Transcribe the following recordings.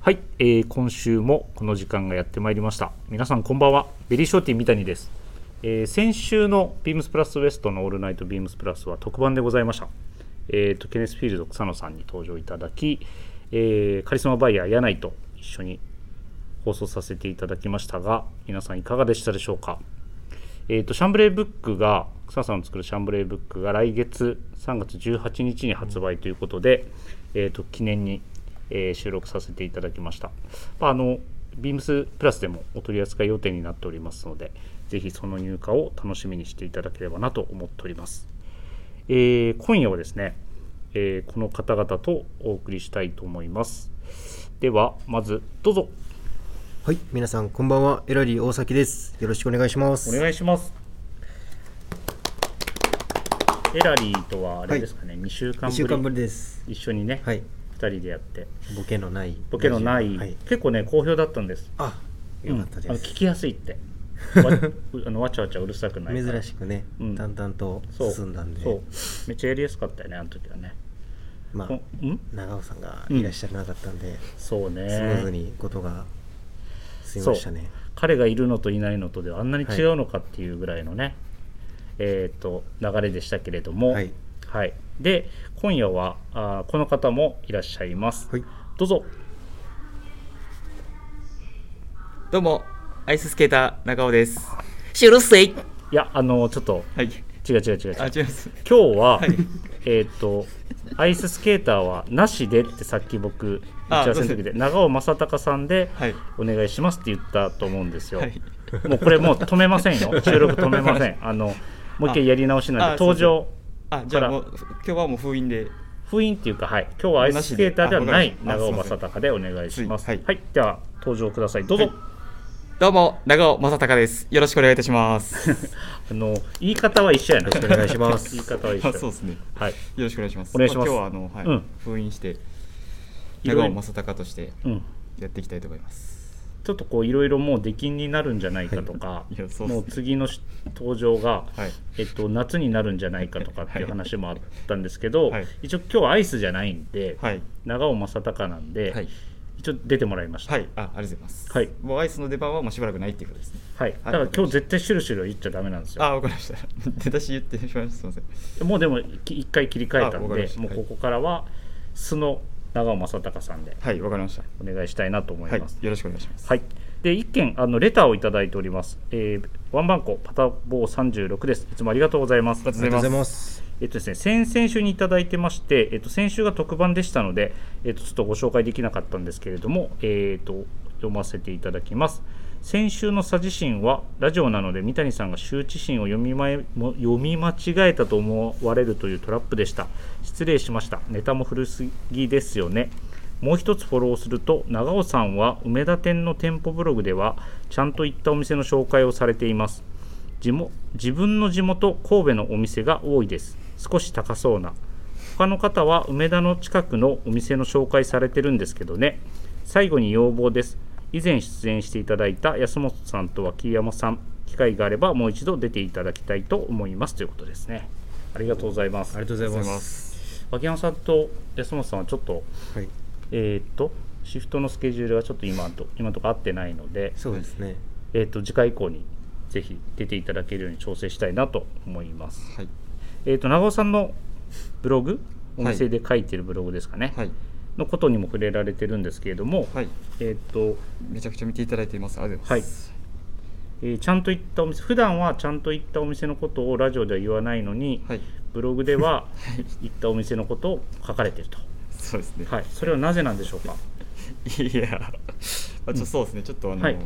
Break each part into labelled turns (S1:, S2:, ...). S1: はい、えー今週もこの時間がやってまいりました皆さんこんばんはベリーショーティー三谷です、えー先週のビームスプラスウエストのオールナイトビームスプラスは特番でございましたえーとケネスフィールド草野さんに登場いただき、えーカリスマバイヤー柳井と一緒に放送させていただきましたが皆さんいかがでしたでしょうかえー、とシャンブレーブックが草野さんの作るシャンブレーブックが来月3月18日に発売ということで、えー、と記念に、えー収録させていただきました、まあ、あのビームスプラスでもお取り扱い予定になっておりますのでぜひその入荷を楽しみにしていただければなと思っております、えー今夜はですね、えーこの方々とお送りしたいと思いますではまずどうぞ
S2: はい、皆さんこんばんは、エラリー大崎です。よろしくお願いします。
S1: お願いします。エラリーとはあれですかね、二週間
S2: 一週間
S1: ぶ
S2: ぶ
S1: り
S2: りです。
S1: 一緒にね、
S2: はい、
S1: 二人でやって
S2: ボケのない。
S1: ボケのない、
S2: はい、
S1: 結構ね好評だったんです。
S2: あ、よかっ
S1: うん
S2: た
S1: あ
S2: で
S1: の
S2: す
S1: 聞。きやすいっ て、わあのわちゃわちゃうるさくないから。
S2: 珍しくね、
S1: うん
S2: 淡々と
S1: そう
S2: 進んだんで、
S1: そうめっちゃやりやすかったよねあの時はね。
S2: ま
S1: こ
S2: あ、
S1: ん
S2: 長尾さんがいらっしゃらなかったんで、
S1: そうね。
S2: スムーズにことが済みましたね。
S1: 彼がいるのといないのとではあんなに違うのかっていうぐらいのね、えーっと流れでしたけれども、
S2: はい
S1: はいで今夜はあーこの方もいらっしゃいます、
S2: はい、
S1: どうぞ
S3: どうも、アイススケーター中尾です。シュルスイ。
S1: いやあのちょっと
S3: はい。
S1: 違う違う違う違う
S3: あ、違います。
S1: 今日は、
S3: い
S1: えーっとアイススケーターはなしでってさっき僕打
S3: あ
S1: ち合わせの時で長尾正隆さんで
S3: はい
S1: お願いしますって言ったと思うんですよ、
S3: はい
S1: もうこれもう止めません よ収録止めませんあのもう一回やり直しなんで
S3: あ
S1: 登場
S3: あ、じゃ
S1: か
S3: あ
S1: ら
S3: もう、今日はもう封印で。
S1: 封印っていうか、はい、今日はアイススケーターではない
S3: なしであ
S1: 長尾
S3: わかりまし
S1: 正
S3: た
S1: 隆でお願いします。は
S3: はいい、
S1: では登場ください。どうぞ。
S3: はいどうも、長尾正隆です。よろしくお願いいたします。
S1: あの言い方は一緒やな。
S2: よろしくお願いしま す
S1: 言い方は一緒
S3: あ、
S1: や。
S3: そうですね。
S1: はい。
S3: よろしくお願いします。
S1: お願いします
S3: あ今日は、あの、はい、
S1: うん
S3: 封印して。
S1: いろいろ
S3: 長尾正隆として、
S1: うん。
S3: やっていきたいと思います。
S1: ちょっとこういろいろもう出禁になるんじゃないかとか、
S3: いいやそうっす
S1: もう次のし登場が、
S3: はい
S1: えっと夏になるんじゃないかとかっていう話もあったんですけど、
S3: はい
S1: 一応今日はアイスじゃないんで、
S3: はい。
S1: 長尾正隆なんで、
S3: はい。
S1: 一応出てもらいました。
S3: はい、あ、ありがとうございます。
S1: はい
S3: もうアイスの出番は、もうしばらくないっていうことですね。
S1: はい。だから今日絶対シュルシュル言っちゃダメなんですよ。
S3: あ、わかりました。出だし言ってしまいました。すみません。
S1: もうでもき一回切り替えたん
S3: あわか
S1: で
S3: りました
S1: もうここからは素の長尾正隆さんで
S3: はい、わかりました。
S1: お願いしたいなと思
S3: はいい
S1: ま、す。
S3: よろしくお願いします。
S1: はい、で一件あのレターをいただいております。えーワンバンコパタボー36です。いつもありがとうございます。
S3: ありがとうござい
S2: ありが
S3: ます
S2: とうございます。
S1: えっとですね、先々週にいただいてまして、えっと、先週が特番でしたので、えっと、ちょっとご紹介できなかったんですけれども、えっと読ませていただきます。先週の佐治心はラジオなので三谷さんが羞恥心を読みまえも読み間違えたと思われるというトラップでした失礼しましたネタも古すぎですよねもう一つフォローすると長尾さんは梅田店の店舗ブログではちゃんと行ったお店の紹介をされています地も自分の地元神戸のお店が多いです少し高そうな他の方は梅田の近くのお店の紹介されてるんですけどね最後に要望です以前出演していただいた安本さんと脇山さん機会があればもう一度出ていただきたいと思いますということですねありがとうございます
S2: ありがとうございます。
S3: す。
S1: 脇山さんと安本さんはちょっと
S2: はい、
S1: えーっとシフトのスケジュールがちょっと今と今のとか合ってないので
S2: そうですね。
S1: えー、と次回以降にぜひ出ていただけるように調整したいなと思います。
S3: はい。
S1: えー、と長尾さんのブログお
S3: はい
S1: 店で書いてるブログですかね、
S3: はい。
S1: のことにも触れられてるんですけれども、
S3: はい。
S1: えーっと
S3: めちゃくちゃ見ていただいています。ありがとうございます。
S1: えーちゃんと行ったお店普段はちゃんと行ったお店のことをラジオでは言わないのに、
S3: はい。
S1: ブログでは行ったお店のことを書かれてると、
S3: そうですね。
S1: はい、それはなぜなんでしょうか
S3: い、や、あ、ちょ、そうですね。ちょっと、あの、
S1: はい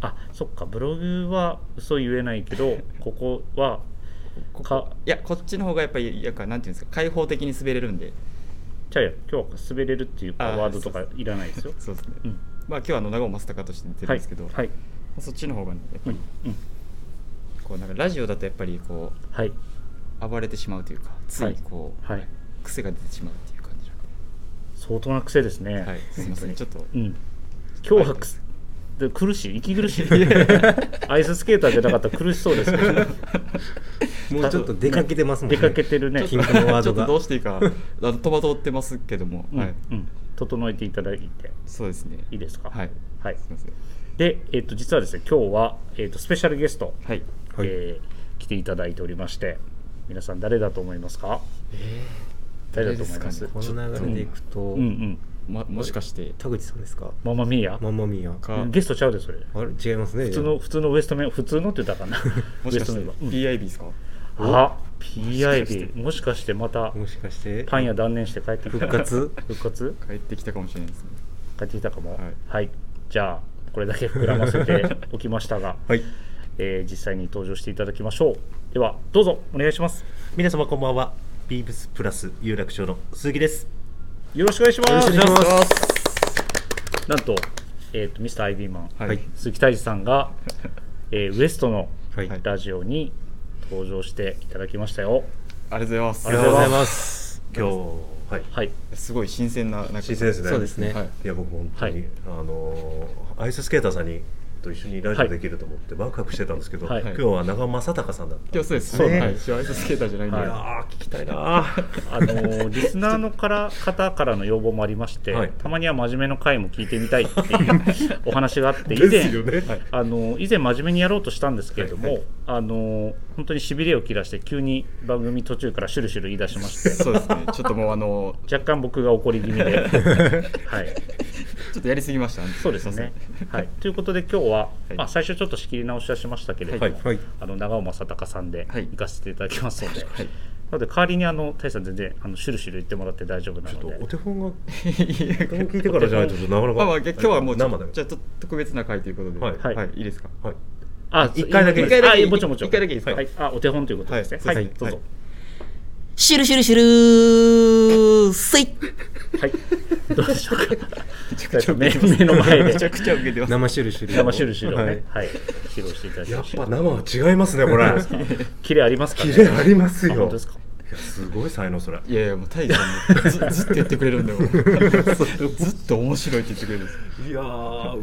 S1: あそっかブログは嘘言えないけどここは
S3: ここ
S1: か
S3: いや、こっちの方がやっぱり、やっぱなんていうんですか、開放的に滑れるんで。
S1: じゃあ今日は滑れるっていうか
S3: あー
S1: ワードとかいらないです よ。
S3: そうですね。
S1: うん
S3: まあ、今日はあの長尾正隆として出てるんですけど、
S1: はい、はい
S3: そっちの方が、ね、やっぱ
S1: うん
S3: り、こう、なんかラジオだと、やっぱり、こ
S1: はい、
S3: う、暴れてしまうというか、つ
S1: はい
S3: い、こう、
S1: はい、
S3: 癖が出てしまうっていう感じなん
S1: 相当な癖ですね。
S3: で。はい。すみません。ちょっと。
S1: うん、今日はくす、で苦しい、息苦しい。 アイススケーターじゃなかったら苦しそうですけど、
S2: もうちょっと出かけてますもん
S1: 出
S2: ね。
S1: かけてるね。
S2: 緊張のワー
S3: ちょ
S2: ドが
S3: っとど。うしていいか、あの戸惑ってますけども、
S1: うん
S3: はい。
S1: うん、整えていただいて
S3: そうですね。
S1: いいですか
S3: はい。
S1: はい
S3: すみません。
S1: で、えっと実はですね今日は、えっとスペシャルゲスト、
S3: はい。
S2: はい
S1: えー来ていただいておりまして皆さん誰だと思いますか、誰だと思います
S3: 誰
S2: この流れでいくと、
S1: うんうん
S3: まもしかして
S2: 田口さんですか
S1: ママミーヤ、
S2: マンマミーヤ
S3: か
S1: ゲストちゃうでそれ
S2: あれ違いますね
S1: 普通の普通のウエストメン普通のって言った らあかんな
S3: も
S1: ウ
S3: し
S1: エ
S3: か
S1: ストメン
S3: して
S1: バー
S3: PIB ですか？
S1: あ
S3: もしかして
S1: PIB もしかしてまた
S2: もしかして
S1: パン屋断念して帰ってきた
S2: 復活
S1: 復活
S3: 帰ってきたかもしれないですね。
S1: 帰ってきたかもは
S3: はいい、
S1: じゃあこれだけ膨らませ ておきましたが、
S2: はい
S1: えー実際に登場していただきましょうではどうぞお願いします
S4: 皆様こんばんはビームスプラス有楽町の鈴木です
S1: よろしくお願いします
S2: よろしくお願いします
S1: なんと,、えー、とミスターアイビーマン、
S3: はい。
S2: はい
S1: 鈴木泰治さんが、えーウエストの
S2: はい、
S3: はい
S1: ラジオに登場していただきましたよ
S3: ありがとうございます。
S1: ありがとうございます
S4: 今日はい
S1: はい
S3: す。すごい新鮮ななんか
S4: 新鮮ですね
S2: そうですね
S3: はい。
S4: いや僕本当に、
S1: はい
S4: あのーアイススケーターさんにと一緒にラジオできると思ってワクワクしてたんですけど、
S1: はい
S4: 今日は長正隆さんだった、
S3: 今日そうです
S1: そうね
S3: ね。はい。私はアイススケーターじゃないんで。
S1: はい
S3: あ
S4: あー聞きたいなー
S1: あのーリスナーのから方からの要望もありまして、
S4: はい
S1: たまには真面目の回も聞いてみたいっていうお話があって以
S4: で
S1: 前
S4: すよね、はい
S1: あの以前真面目にやろうとしたんですけれども、あの本当にしびれを切らして急に番組途中からシュルシュル言い出しまして
S3: そうですね。ちょっともうあの
S1: 若干僕が怒り気味で、はい、
S3: ちょっとやりすぎました。
S1: そうですね。はい、ということで今日は、
S3: はい
S1: まあ、最初ちょっと仕切り直しはしましたけれども、
S4: はい
S2: はい
S1: あの長尾正隆さんで
S3: はい
S1: 行かせていただきますので、
S3: はい
S1: なので代わりにあの大志さん全然あのシュルシュル言ってもらって大丈夫な
S4: ちょ
S1: の
S4: っと
S1: で
S4: お手本が
S3: すいません。いや
S4: お手本聞いてからじゃないとちょっとなかなか
S3: まあまあ今日はもうちょ
S4: 生だよ
S3: じゃあちょっと特別な回ということで。
S4: はい
S1: はい
S3: はい。いいですか？
S4: はい
S1: あ
S4: 一回だけ
S1: いい
S3: 一回だけ
S1: あいいもちろんもちろん
S3: 一回だけいいですか
S1: はい、あお手本ということですねは、
S3: はいい
S1: どうぞ
S3: シュルシュルシュルスイ
S1: はい、どうでしょうか 大志さん目目の前
S3: め
S1: で
S3: ちゃくちゃ受けてます。
S2: 生しゅるしゅる
S1: 生シュルシュルをね、は
S2: はいい、
S1: 披露していただき
S4: や
S1: ま
S4: っ
S1: し
S4: ぱ
S1: た
S4: 生は違いますねこれ
S1: キレありますかね
S4: キレありますよ
S1: あ本当ですか
S4: いやすごい才能それ
S3: いやいやもうタイさんもず ずっと言ってくれるんだよ。ずっと面白いって言ってくれるんです。
S4: いやーもう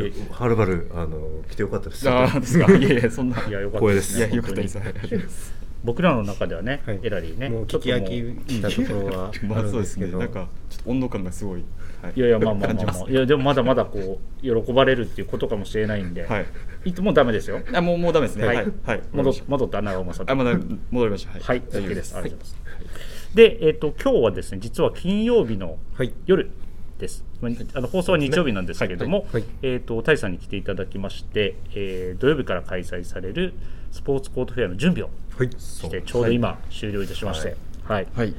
S4: 今日はるばるあの来てよかったです
S3: ああですか。いやいやそんな。
S1: いやよかった
S4: 光栄
S1: で
S4: ですす
S1: ね
S3: いやよかったです。
S1: 本
S3: はい
S1: 当に
S3: ありがとうございます
S1: 僕らの中ではね、
S2: はい
S1: エラリーね
S2: もう
S1: ちょ
S2: 聞
S1: っ
S2: き
S1: ともう
S2: 飽きしたところは
S3: ま
S2: あ
S3: あ
S2: る
S3: そ
S2: んで
S3: うですす
S2: け
S3: ね。
S2: ど、
S3: なんかちょっと温度感がすごい。はい
S1: いやいやまあまあ
S3: 感
S1: まあ、
S3: じ
S1: ま
S3: ます
S1: あ、いやでもまだまだこう喜ばれるっていうことかもしれないんで、
S3: はい。
S1: いつもうダメですよ。
S3: あもうもうダメですね。
S1: は
S3: はいいはい。
S1: 戻っ戻った長尾さん。
S3: あまだ戻りました。
S1: はい、
S3: 大丈
S1: OK
S3: 夫
S1: です。ありがとうござい
S3: は
S1: ます。で、えっ、と今日はですね、実は金曜日の
S2: はい
S1: 夜です。まああの放送は日曜日なんですけれども、
S2: はいはい
S1: えっ、とタイさんに来ていただきまして、えー土曜日から開催されるスポーツコートフェアの準備を
S2: はい
S1: してちょうど今終了いたしまして、はい、
S3: はい。い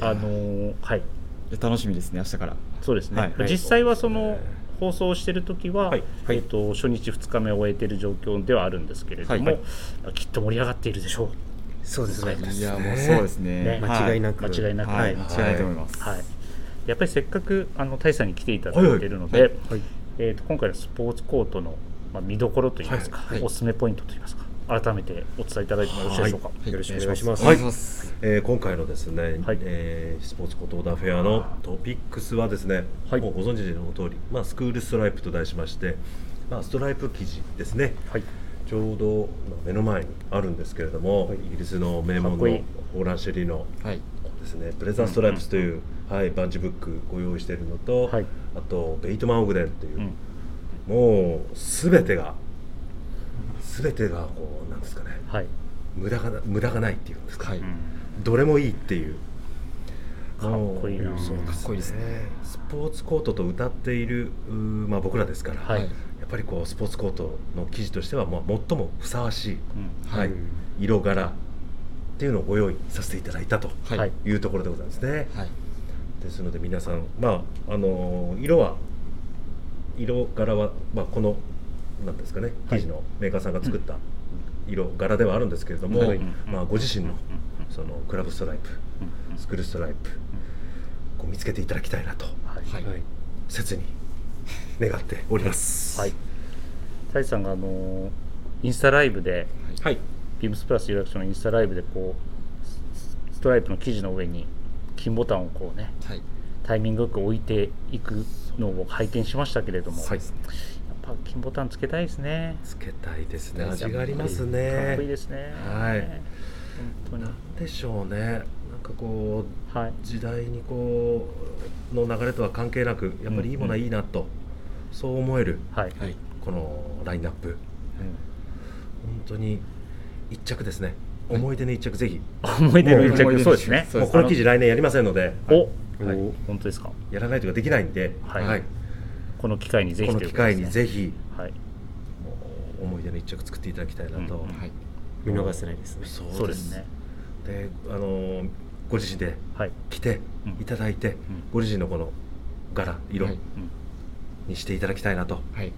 S1: あのーはい、
S3: や楽しみですね明日から。
S1: そうですね、
S3: はい
S1: 実際はその放送をしている時は、
S4: はい
S2: はい
S1: えっと初日2日目を終えている状況ではあるんですけれども、
S3: はい
S1: まあきっと盛り上がっているでしょ
S2: そうですね
S3: いやもうそうですね
S1: ね。
S3: は
S2: 間違いなく
S1: う間違いなく、は
S3: はいい。間違いないと思います。
S1: はいやっぱりせっかくあの大さんに来ていただいているので、
S3: はいは
S2: はい
S1: えっと今回のスポーツコートの、まあ、見どころといいますか、
S3: はいはい
S1: おすすめポイントといいますか改めてお伝えいただいてもよろしいでしょうか。
S3: い
S2: よろしくお願いします
S3: お願いします。
S4: えー今回のですね、
S1: はい
S4: えースポーツコトーダフェアのトピックスはですね、
S1: はい
S4: もうご存知の通り、まあスクールストライプと題しまして、まあストライプ生地ですね。
S1: はい
S4: ちょうどまあ目の前にあるんですけれども、
S2: はい
S4: イギリスの名門
S1: かっこ
S4: の
S1: いい
S4: オーランシェリーの
S3: はい。
S4: ですね、ブレザーストライプスという、はいバンジブックご用意しているのと、
S1: はい
S4: あとベイトマンオグデンという、
S1: うん
S4: もうすべてがすべてがこうなんですかね、
S1: はい
S4: 無駄がな無駄がないっていうんですか。
S3: はい。
S4: どれもいいっていう
S1: かっこいいな
S4: もうそう
S3: かっこいいですね。
S4: スポーツコートと歌っている、うーまあ、僕らですから、
S1: はい
S4: やっぱりこうスポーツコートの生地としては、まあ、最もふさわしい、
S1: うん
S4: はい
S2: うん
S4: 色柄っていうのをご用意させていただいたと
S3: は
S1: は
S3: い。はいい。
S4: いうところでございますね。ですので皆さん、まああのー色は色柄は、まあ、このなんですかね
S1: は
S4: 生
S1: い
S4: 地のメーカーさんが作った色柄ではあるんですけれども、
S3: はい
S4: まあ、ご自身の
S1: うん
S4: そのクラブストライプ
S1: うん
S4: スクールストライプこう見つけていただきたいなと
S1: はい
S3: はい。
S2: はい
S4: 切に願っております。
S1: はい。タイさんがあのーインスタライブで、
S4: はい。
S1: ビームスプラス有楽町のインスタライブでこうスストライプの生地の上に金ボタンをこうね
S3: はい。
S1: タイミングよく置いていくのを拝見しましたけれども、
S4: はい
S1: やっぱ金ボタンつけたいですね。
S4: つけたいですね。
S3: やっぱり
S4: 味があります
S1: かっ
S4: ね
S1: こいい。ですね。
S4: はい
S1: 本当に。
S4: でしょうね。なんかこう
S1: はい
S4: 時代にこうの流れとは関係なくやっぱりいいものはいいなと、そう思える
S1: はい、
S3: はい。
S4: このラインナップ本当に一着ですね
S3: はい
S4: 思い出の一着ぜひ、
S1: うん思い出の一
S4: もう
S1: 着そうです
S3: 思い出の
S1: ね
S3: 一着そう
S4: もう
S3: です
S4: この記事来年やりませんので
S1: お、
S4: はい
S1: お本当ですか
S4: やらないというかできないんで、
S1: はいこの機会にぜひ
S4: この機会に
S1: ひ
S4: ぜひ
S1: はい
S4: もう思い出の一着作っていただきたいなと、
S1: うんうん
S3: はい。
S2: 見逃せないですね。
S4: そ
S1: そうですね
S4: であのーご自身で
S1: はい、
S4: 着て
S1: うん
S4: いただいて、ご自身のこの柄色
S3: はい
S1: うん、
S4: にしていただきたいなと、
S3: はい。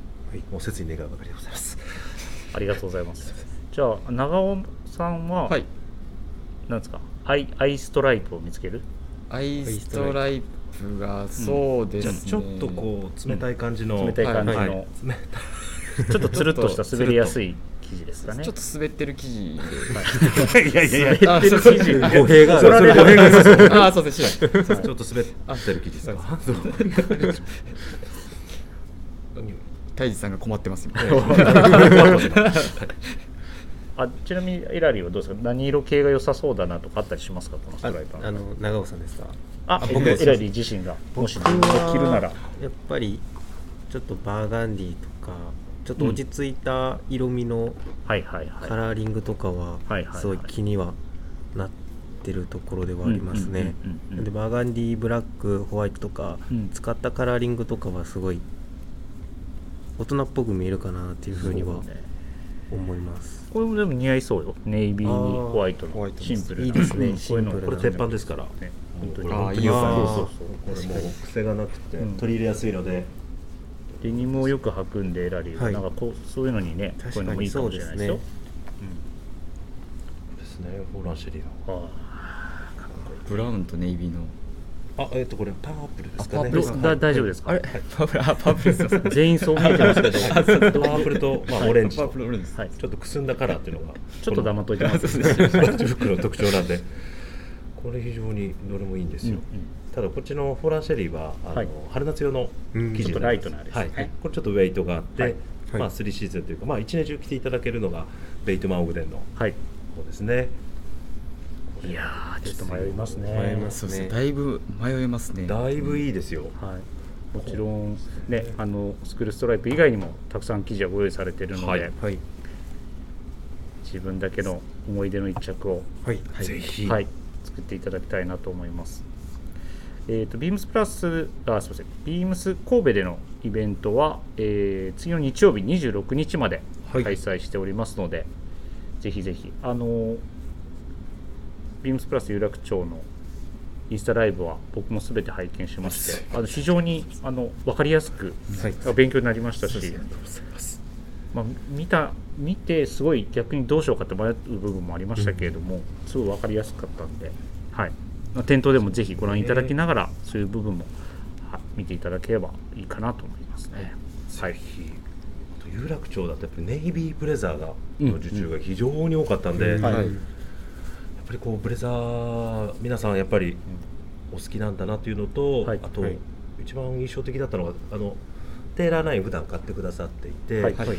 S4: もう切に願うばかりでございます
S1: ありがとうございますじゃあ長尾さんは、
S3: はい。
S1: なんですかアイアイストライプを見つける
S3: アイストライプがそうで
S4: じゃあ
S3: すね。
S4: ちょっとこう冷たい感じの、
S1: 冷たい感じの、
S4: はいはい冷たい
S1: ちょっとつるっとした
S3: ちょっと
S1: 滑りやすい生地ですかね
S3: ちょっと滑ってる生地
S4: いやいやいや
S3: で。あ、そうそう
S1: 生地
S3: あ
S2: 語弊がある。
S4: それ語弊がありますよ
S3: ー、そうです。しない
S4: ちょっと滑ってる生地ですか。
S3: タイジさんが困ってます。今
S1: あちなみにエラリーはどうですか何色系が良さそうだなとかあったりしますかこのストライパー
S2: あの長尾さんですか。
S1: あ
S2: あ
S1: 僕
S2: 僕
S1: エラリー自身がもし自分が着るなら
S2: やっぱりちょっとバーガンディとかちょっと落ち着いた色味の
S1: はいはいはい
S2: カラーリングとかは
S1: はいはいはい
S2: すごい気にはなってるところではありますね
S1: うんうんうんうん
S2: なんでバーガンディブラックホワイトとか
S1: うん
S2: 使ったカラーリングとかはすごい大人っぽく見えるかなっていうふうには
S1: そうね
S2: 思います
S1: これもでも似合いそうよネイビーに
S2: あー
S1: ホワイト
S3: ホワイ
S1: の
S3: トで
S1: シ
S3: す
S1: ンプルない
S2: いですね
S1: うんこういうの
S2: シンプ
S1: こ
S2: ル
S1: れ鉄
S2: な
S4: 鉄
S1: 板
S4: 板
S1: で
S4: ですす
S1: か
S4: からら。
S1: ね本当に
S3: あーいい
S1: そ
S3: よ
S1: う
S2: あ
S1: そうそう
S4: これもう癖がなくて
S1: うん
S4: 取り入れやすいので、
S1: デニムをよく履くんでエラリーは
S2: はい
S1: なんかこうそういうのにねこういう
S2: 確
S1: の
S2: か
S1: もいい
S2: に
S1: か
S2: そ
S1: も
S2: う
S1: し
S2: で
S1: れな
S2: す
S1: いですよ
S2: ね
S4: ですね。フォーランシェリー
S1: あ
S3: ブラウンとネイビーの。
S4: の。あ、えっとこれパープルですかね。
S1: ーどだ大丈夫ですか
S3: あれ、パープル、あ、パープルですよ。
S1: 全員そう見えてますけど
S4: パープルとまあオレンジ
S3: パー
S4: と
S3: プルオレンジです。
S1: はい
S4: ちょっとくすんだカラーっていうのが
S1: ちょっと黙っといてます
S4: ブラック袋の特徴なんで、これ非常にどれもいいんです
S1: う
S4: よ。
S1: んうん
S4: ただこっちのフォーランシェリーはあの、
S1: はい
S4: 春夏用の生地
S1: ちょっとラ
S4: にな
S1: イ
S4: ります
S1: トなあれですね
S4: はい、これちょっとウェイトがあって、
S1: はい
S2: はい
S4: まあ、3シーズンというか、まあ、1年中着ていただけるのがベイトマン・オグデンの
S1: はい
S4: 方ですね
S1: いやーちょっと迷いますね
S2: 迷います
S3: そうですね。だいぶ迷いますね。
S4: だいぶいいですよ、
S1: はい、もちろん、ね、あのスクールストライプ以外にもたくさん記事はご用意されているので、
S4: はい
S2: はい
S1: 自分だけの思い出の一着を、
S2: はい
S4: ぜひ、
S1: はい、作っていただきたいなと思います。えー、とビームスプラスあすみませんビームス神戸でのイベントは、えー次の日曜日26日まで
S2: は
S1: 開
S2: い
S1: 催しておりますので、ぜひぜひあのービームスプラス有楽町のインスタライブは僕もすべて拝見しましてあの非常にあの分かりやすく
S2: はい
S1: あ勉強になりましたし、まあ、見た見てすごい逆にどうしようかって迷う部分もありましたけれども、すごい分かりやすかったんで、はい、まあ店頭でもぜひご覧いただきながら、そういう部分もは見ていただければいいかなと思いますね。はい
S4: ぜひあと有楽町だとやっぱりネイビーブレザーがの受注が非常に多かったん
S2: は
S4: で、
S2: い
S4: やっぱりこうブレザー皆さんやっぱりお好きなんだなというのと、
S1: はい
S4: あと、
S2: はい
S4: 一番印象的だったのがあのテーラーナイン普段買ってくださっていて、
S1: はい
S3: はい。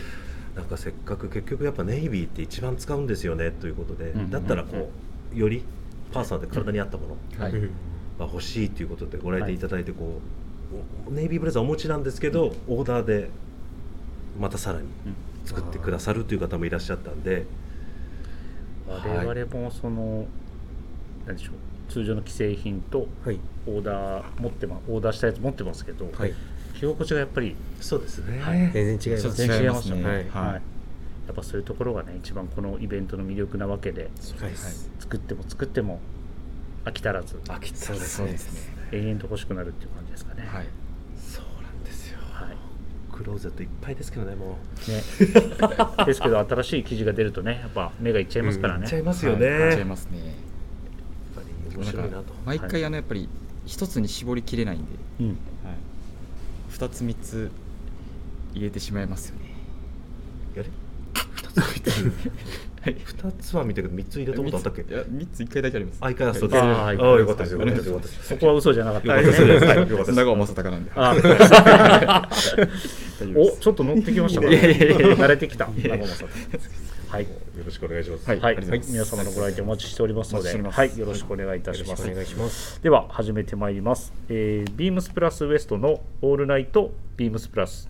S4: なんかせっかく結局やっぱネイビーって一番使うんですよねということで、
S1: んうんうん
S4: だったらこうよりパーソナルで体に合ったもの
S3: はい。
S2: うん
S4: が欲しいということでご来店いただいてこう、おネイビーブレザーお持ちなんですけど、オーダーでまたさらに作ってくださるという方もいらっしゃったんではい
S1: 我々もその、なんでしょう通常の既製品と
S2: はい
S1: オーダー持ってまオーダーしたやつ持ってますけど、
S2: はい
S1: 着心地がやっぱり
S4: そうですね、
S2: 全然違います
S3: ちょっと違い
S2: ね
S3: ますね。
S2: はい
S1: はい、やっぱそういうところがね一番このイベントの魅力なわけで
S2: はい
S1: 作っても作っても飽き足らず
S4: 飽きた
S3: そうですね。そうですね。
S1: 永遠と欲しくなるっていう感じですかね。
S3: はい。
S4: そうなんですよ
S1: はい
S4: クローゼットいっぱいですけどねも
S1: ね、 ですけど新しい記事が出るとねやっぱ目がいっちゃいますから
S4: うい
S1: ね
S4: っちゃいますよね、
S3: はい
S4: や
S3: 違い
S4: っ
S3: ますね。
S4: ぱり面白いな
S3: な
S4: と
S3: んか毎回あのやっぱり一つに絞りきれないんで、
S1: うん、
S3: 二つ三つ入れてしまいますよね。
S4: やれ2つ
S3: はい。
S4: 2つは見たけど3つ入れたことあったっけ
S3: いや三つ一回だけあります。
S4: あ、いかがそうです。
S1: あ
S4: ああ、
S1: ー
S4: よかったです。よかったです。よかったです。
S1: そこは嘘じゃなかった
S4: はい
S1: ですね。
S4: はいよかったです
S3: 長尾正隆なんで。
S1: あ
S3: 大丈夫
S1: お
S3: です。
S1: ちょっと乗ってきましたか、ね、
S3: いやいやいや
S1: 慣れてきた長政さんはい
S4: よろしくお願いします。
S1: はい、
S3: はい
S1: はい皆様のご来店お待ちしておりますので、
S3: お待ちしております
S1: はい、よろしくお願いいたします。
S2: お願いします。
S1: では始めてまいります、えー、ビームスプラスウエストのオールナイトビームスプラス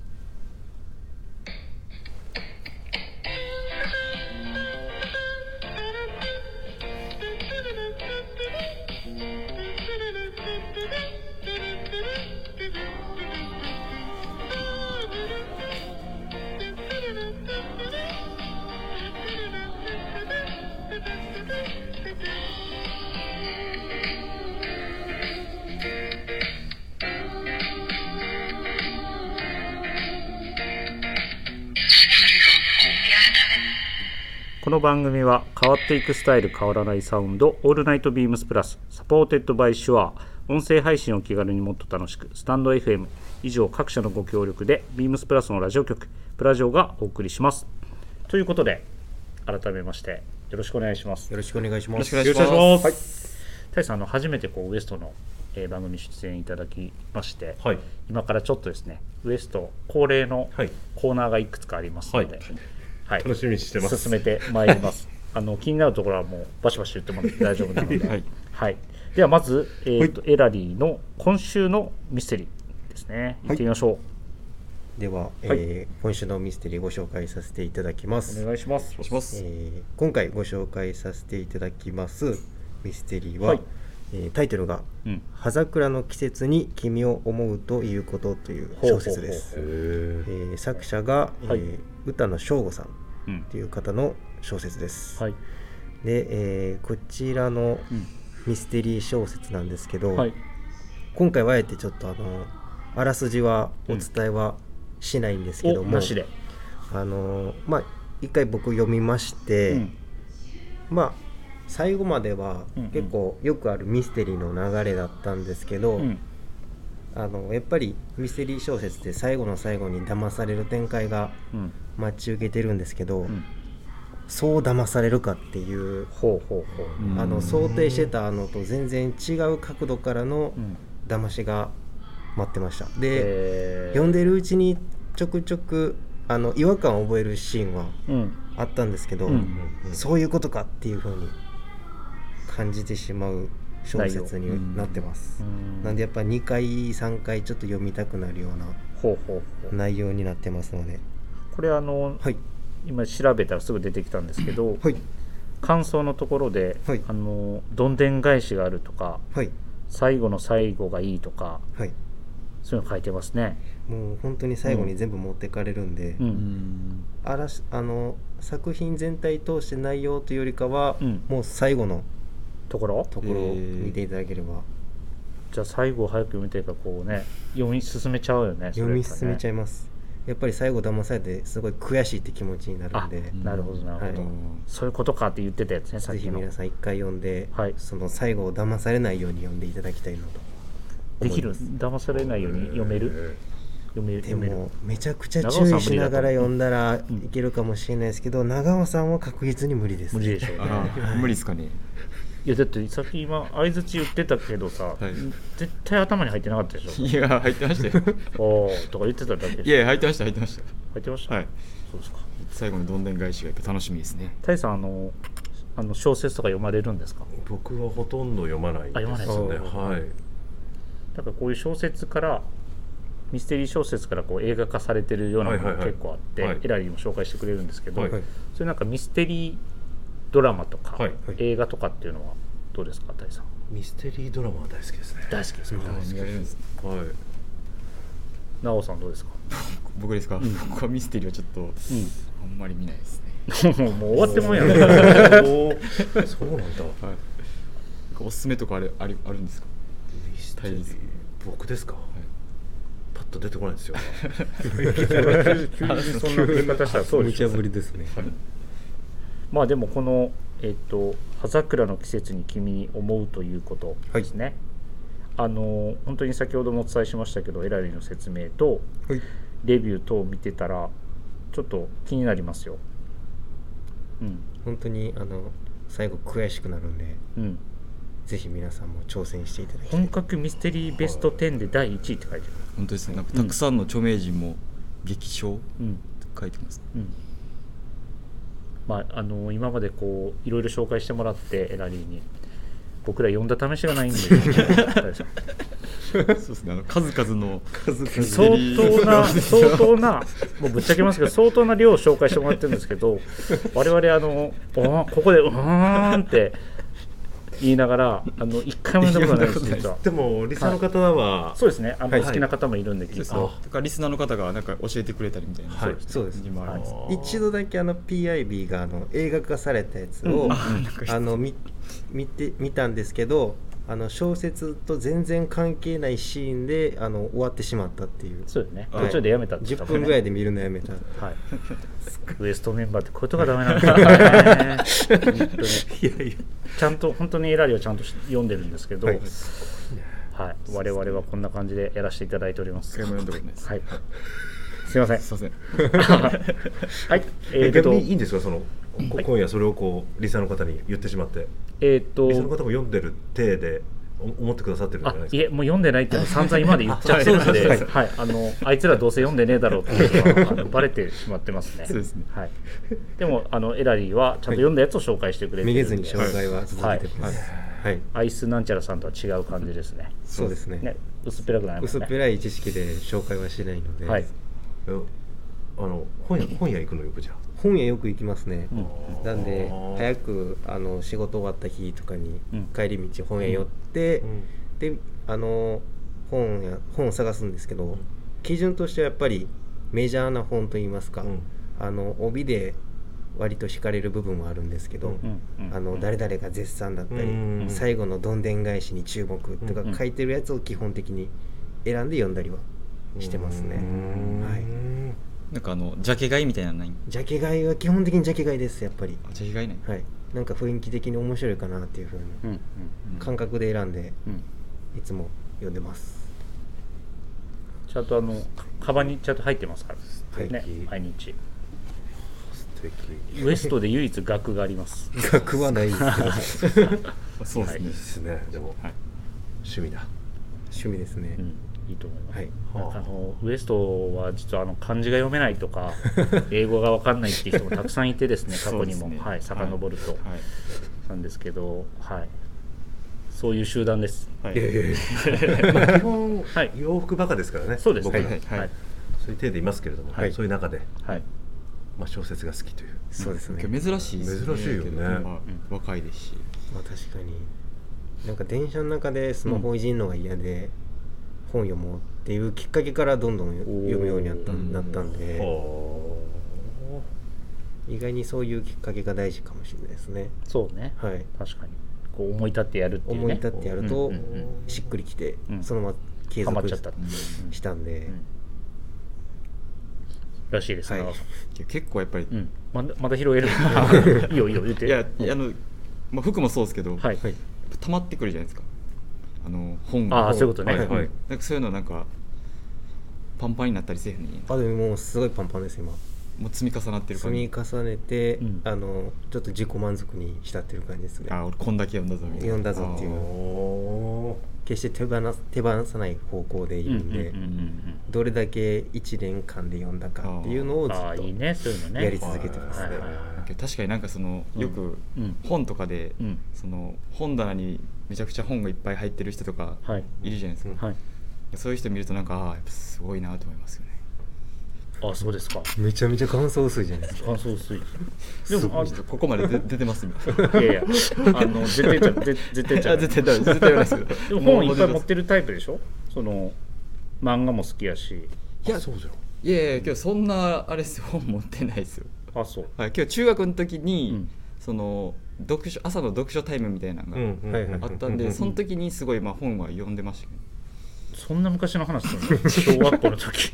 S1: この番組は変わっていくスタイル変わらないサウンドオールナイトビームスプラスサポーテッドバイシュア音声配信を気軽にもっと楽しくスタンド FM 以上各社のご協力でビームスプラスのラジオ局プラジオがお送りしますということで改めましてよろしくお願いします
S2: よろしくお願いします。
S3: よろしく
S1: よ
S3: お願いし
S1: ろしくお願いし
S3: ま。
S1: ますす。タイさんあの初めてこうウエストの、えー番組出演いただきまして、
S4: はい
S1: 今からちょっとですねウエスト恒例の
S4: はい
S1: コーナーがいくつかありますので、
S4: はい
S1: はい
S4: 楽しみにしてます
S1: 進めてまいり ます。あの気になるところはもうバシバシ言ってもらって大丈夫なので、はいではまず、えーとエラリーの今週のミステリーですね。行ってみましょ
S2: では、えー今週のミステリーご紹介させていただきま
S1: う。
S2: す
S1: お。願いします。
S3: します。
S2: えー今回ご紹介させていただきますミステリーは、
S1: はい
S2: えータイトルが
S1: うん
S2: 「葉桜の季節に君を思うということ」という小説です
S1: ほう。
S2: えー作者が、
S1: はい
S2: えー歌野翔吾さ
S1: う
S2: ん
S1: ん
S2: という方の小説です。
S1: はい。
S2: で、えーこちらのミステリー小説なんですけど、
S1: はい。
S2: 今回はあえてちょっとあのあらすじはお伝えはしないんですけど
S1: お
S2: も、
S1: なしで。
S2: あのまあ一回僕読みまして、
S1: うん
S2: まあ最後までは
S1: うんうん
S2: 結構よくあるミステリーの流れだったんですけど、
S1: うん
S2: あのやっぱりミステリー小説って最後の最後に騙される展開が
S1: うん
S2: 待ち受けてるんですけど、
S1: うん
S2: そう騙されるかっていう
S1: ほうほうほう。
S3: うん
S2: あの想定してたのと全然違う角度からの
S1: うん
S2: 騙しが待ってました。
S1: え
S2: で、
S1: ー
S2: 読んでるうちにちょくちょくあの違和感を覚えるシーンは
S1: うん
S2: あったんですけど、
S1: うん
S2: そういうことかっていうふうに感じてしまう小説になってます。なんでやっぱ2回3回ちょっと読みたくなるような
S1: ほうほうほう
S2: 内容になってますので、
S1: これあの、
S2: はい
S1: 今調べたらすぐ出てきたんですけど、
S2: はい
S1: 感想のところで、
S2: はい
S1: あのどんでん返しがあるとか
S2: はい
S1: 最後の最後がいいとか
S2: はい。
S1: そういうの書いてますね、
S2: もう本当に最後に全部持ってかれるんで、
S1: うん
S3: うん
S2: あらしあの作品全体通して内容というよりかは、
S1: うん
S2: もう最後の
S1: ところ
S2: ところを
S3: えー
S2: 見ていただければ、
S1: じゃあ最後を早く読みたいからこうね読み進めちゃうよね
S2: 読み進めちゃ
S1: い
S2: いますやっぱり最後騙されてすごい悔しいって気持ちになるんで、
S1: あなるほどなるほど、
S2: はい
S1: そういうことかって言ってたやつねさっ
S2: ぜひ
S1: きの
S2: 皆さん一回読んで、
S1: はい
S2: その最後を騙されないように読んでいただきたいなと
S1: できる騙されないように読める読める
S2: で
S1: 読める
S2: もめちゃくちゃ注意しながら読んだら
S1: うん
S2: いけるかもしれないですけど長尾さんは確実に無理です
S1: 無理でしょうね
S3: あー無理ですかね。
S1: いやだってさっき今相づち言ってたけどさ、
S3: はい
S1: 絶対頭に入ってなかったでしょ
S3: いや入ってま したよ。
S1: 「おーとか言ってただけで
S3: い
S1: しょ
S3: や入ってました入ってまし。
S1: 入ってましたた、
S3: はい。
S1: そうですか
S3: 最後のどんでん返しがやっぱ楽しみですね。
S1: タイさんあのあの小説とか読まれるんですか
S4: 僕はほとんど読まないん
S1: あ読まないです
S4: ね。はい。
S1: なんかこういう小説からミステリー小説からこう映画化されてるようなもの
S4: はい
S1: が
S4: はいはい
S1: 結構あって、
S4: はい
S1: エラリーも紹介してくれるんですけど、
S4: はい
S2: はい
S1: それなんかミステリードラマとか、
S4: はい
S2: はい
S1: 映画とかっていうのはどうですかタイさん
S4: ミステリードラマは大好きですね。
S1: 大好きですか
S3: あー見られるんですね。
S4: はい。
S1: なおさんどう ですか
S3: 僕ですか。僕はミステリーはちょっとあんまり見ないですね。
S1: もうもう終わってもんや
S4: お
S1: ろ
S4: ーそうなんだ。
S3: はい。おすすめとかあれあれあるんですか。
S4: ミステリ
S3: 大好
S4: ー。僕ですか。パッと出てこないんですよ。
S1: 急にそんな言い方したらそうでしょ
S2: ぶりですね
S1: まあでもこの「えっと葉桜の季節に君に思う」ということですね、あの本当に先ほどもお伝えしましたけどエラリーの説明と
S2: はい
S1: レビュー等を見てたらちょっと気になりますようん
S2: 本当にあの最後悔しくなるんで
S1: うん
S2: ぜひ皆さんも挑戦していただきたい
S1: 本格ミステリーベスト10で第1位って書いてあ
S3: 本当ですね。なんかたくさんの著名人も激賞
S1: るうん
S3: 書いてます。
S1: うんまあ、あの今までこういろいろ紹介してもらってエラリーに僕ら呼んだ試しが ないんで
S5: そうですねあの数々の
S1: 相当な 相当なもうぶっちゃけますけど相当な量を紹介してもらってるんですけど我々あのおここでうーんって言いながらあの一回も呼んだことないです実は
S4: でもリサの方は、
S1: そうですねあの、
S4: はい
S1: 好きな方もいるんで、きっと
S5: だからリスナーの方がなんか教えてくれたりみたいな、
S4: はい
S2: そうです
S5: 時もあります
S4: あー
S2: 一度だけあの PIB があの映画化されたやつ
S1: うん
S2: を、
S5: あなんか
S2: あの見見て見たんですけどあの小説と全然関係ないシーンであの終わってしまったっていう
S1: そうですね
S2: はい
S1: 途中でやめたって言っ
S2: 10
S1: たもん
S2: 分
S1: ね
S2: ぐらいで見るのやめた
S1: はい、ウエストメンバーってこういうとこがダメなんだね本当に
S4: いやいや
S1: ちゃんと本当にエラリをちゃんとし読んでるんですけど、は
S2: はいい
S1: 我々はこんな感じでやらせていただいておりま
S5: 一
S1: す。
S5: 回
S1: は
S5: も読んだことないです、
S1: い、すいません。
S5: すいません
S1: はい、え
S4: え
S1: っ、ー、
S4: 逆
S1: と、
S4: にいいんですかその、こ今夜それをこうリサの方に言ってしまって
S1: えっ、
S4: リサの方
S1: と、
S4: も読んでる体でお思ってくださってるんじゃ
S1: あ
S4: ない、
S1: い
S4: です
S1: え、もう読んでないっていうのを散々今まで言っちゃってるんで、はいはい、あの、あいつらどうせ読んでねえだろうっていうのはあのバレてしまってますね。
S5: そうですね
S1: はい。でも、あのエラリーはちゃんと読んだやつを紹介してくれてるん
S2: め
S1: で、
S2: げずに紹介は続けてますはい、
S1: アイスなんちゃらさんとは違う感じですね。
S2: そうですね
S1: ね、薄っぺらくないもんね。
S2: 薄っぺらい知識で紹介はしないので、
S1: はい。
S4: かえあの本屋本屋行くのよくじゃ
S2: 本屋よく行きますね、
S1: うん
S2: なんで
S4: あー
S2: 早くあの仕事終わった日とかに
S1: うん
S2: 帰り道本屋寄って、であの本や本を探すんですけど、基準としてはやっぱりメジャーな本といいますか、
S4: うん
S2: あの帯で割と惹かれる部分はあるんですけど、
S1: うんうん
S2: あの誰々が絶賛だったり、
S4: うん
S2: 最後のどんでん返しに注目と
S4: う
S2: か
S1: ん
S2: 書いてるやつを基本的に選んで読んだりはしてますね。はい
S5: なんかあのジャケ買いみたいなのない
S2: ジャケ買いは基本的にジャケ買いですやっぱり、
S5: あジャケ買いない、
S2: はい、なんか雰囲気的に面白いかなっていう風
S1: うん
S2: な
S1: うん
S5: うん
S2: 感覚で選んで
S1: うん
S2: いつも読んでます、
S1: ちゃんとあのカバンにちゃんと入ってますから、
S2: はい
S1: ね、毎日
S4: 素敵
S1: ウエストで唯一額があります
S2: 額は ないですけど
S5: そう
S4: いい
S5: で
S4: です
S5: ね、
S4: すねでも、
S5: はい
S4: 趣味だ
S2: 趣味ですね、
S1: うんいいと思います、
S2: はい
S1: なんかあのウエストは実はあの漢字が読めないとか英語が分かんないっていう人もたくさんいてですね過
S5: そ
S1: 去
S5: う
S1: に
S5: です
S1: も、
S5: ね
S1: はい遡ると、
S5: はい
S1: なんですけど、はい、そういう集団です
S5: はい
S2: いやいやいや
S4: まあ基本、
S1: はい
S4: 洋服バカですからね
S1: そうですね
S4: 僕ら、
S5: はいはい
S1: はい
S4: そういう体でいますけれども、
S2: はい
S4: そういう中で、
S1: はい
S4: まあ、小説が好きという
S2: そうですね
S5: なんか珍しいです
S4: 珍しいよね
S5: けどまあ
S1: うん
S5: 若いですし
S2: まあ確かになんか電車の中でスマホいじんのが嫌で本読もうっていうきっかけからどんどん読むようになった
S5: おー
S2: なったんで
S4: ほ
S2: 意外にそういうきっかけが大事かもしれないですね
S1: そうね、
S2: はい
S1: 確かにこう思い立ってやるっていうね
S2: 思い立ってやると
S1: うんうんうん
S2: しっくりきて
S1: うん
S2: そのまま継
S1: ハマっちゃったっ
S2: 続
S1: ていううん
S2: したんで
S1: うんらしいですね、
S2: はい
S5: いや結構やっぱり、
S1: うん、まだまだ広げるいいよいいよ言って
S5: いやいやあの、まあ、服もそうですけど、
S1: はい、
S2: はい
S5: 溜まってくるじゃないですかあの本
S1: あ
S5: が
S1: あそういうことね、
S4: はいはい
S5: なんかそういうのなんかパンパンになったりせえへんねん
S2: あでももうすごいパンパンです今
S5: もう積み重なってる
S2: 積
S5: 感じ
S2: み重ねて
S1: うん
S2: あのちょっと自己満足に浸ってる感じですね
S5: あ俺こんだけ読んだぞみたいな
S2: 読んだぞっていう
S5: あー
S4: お
S2: 決して手放す手放さない方向でいるんで、
S1: うんうんうん
S2: どれだけ1年間で読んだかっていうの
S1: う
S2: を
S1: ん
S2: ずっ
S1: ああいいねそういうの
S2: と
S1: ね
S2: やり続けてます、
S1: はいはい
S5: なんか確かになんかそのよく
S1: うん
S5: 本とかで、
S1: うん
S5: その本棚にめちゃくちゃ本がいっぱい入ってる人とか
S1: はい
S5: いるじゃないですか、
S2: うん
S1: はい
S5: そういう人見るとなんかああやっぱすごいなと思いますよね
S1: あそうですか
S2: めちゃめちゃ感想薄いじゃないですか
S1: 乾燥水でもあ
S5: ここまで出出てますみ たい
S1: いやいやあの絶対 ちゃうぜ絶対ちゃ
S5: な
S1: う
S5: 絶対だ絶対言わないですけ
S1: で
S5: ど
S1: も本いっぱい持ってるタイプでしょその漫画も好きやし
S5: いや
S4: そうじゃん
S5: いやいや今日そんなあれですよ本持ってないですよ
S1: あそう
S5: はい、今日中学の時に、
S1: うん
S5: その読書朝の読書タイムみたいなのが
S2: はいはい
S5: あったんで、その時にすごいまあ本は読んでましたけど、
S1: そんな昔の話するの小学校の 時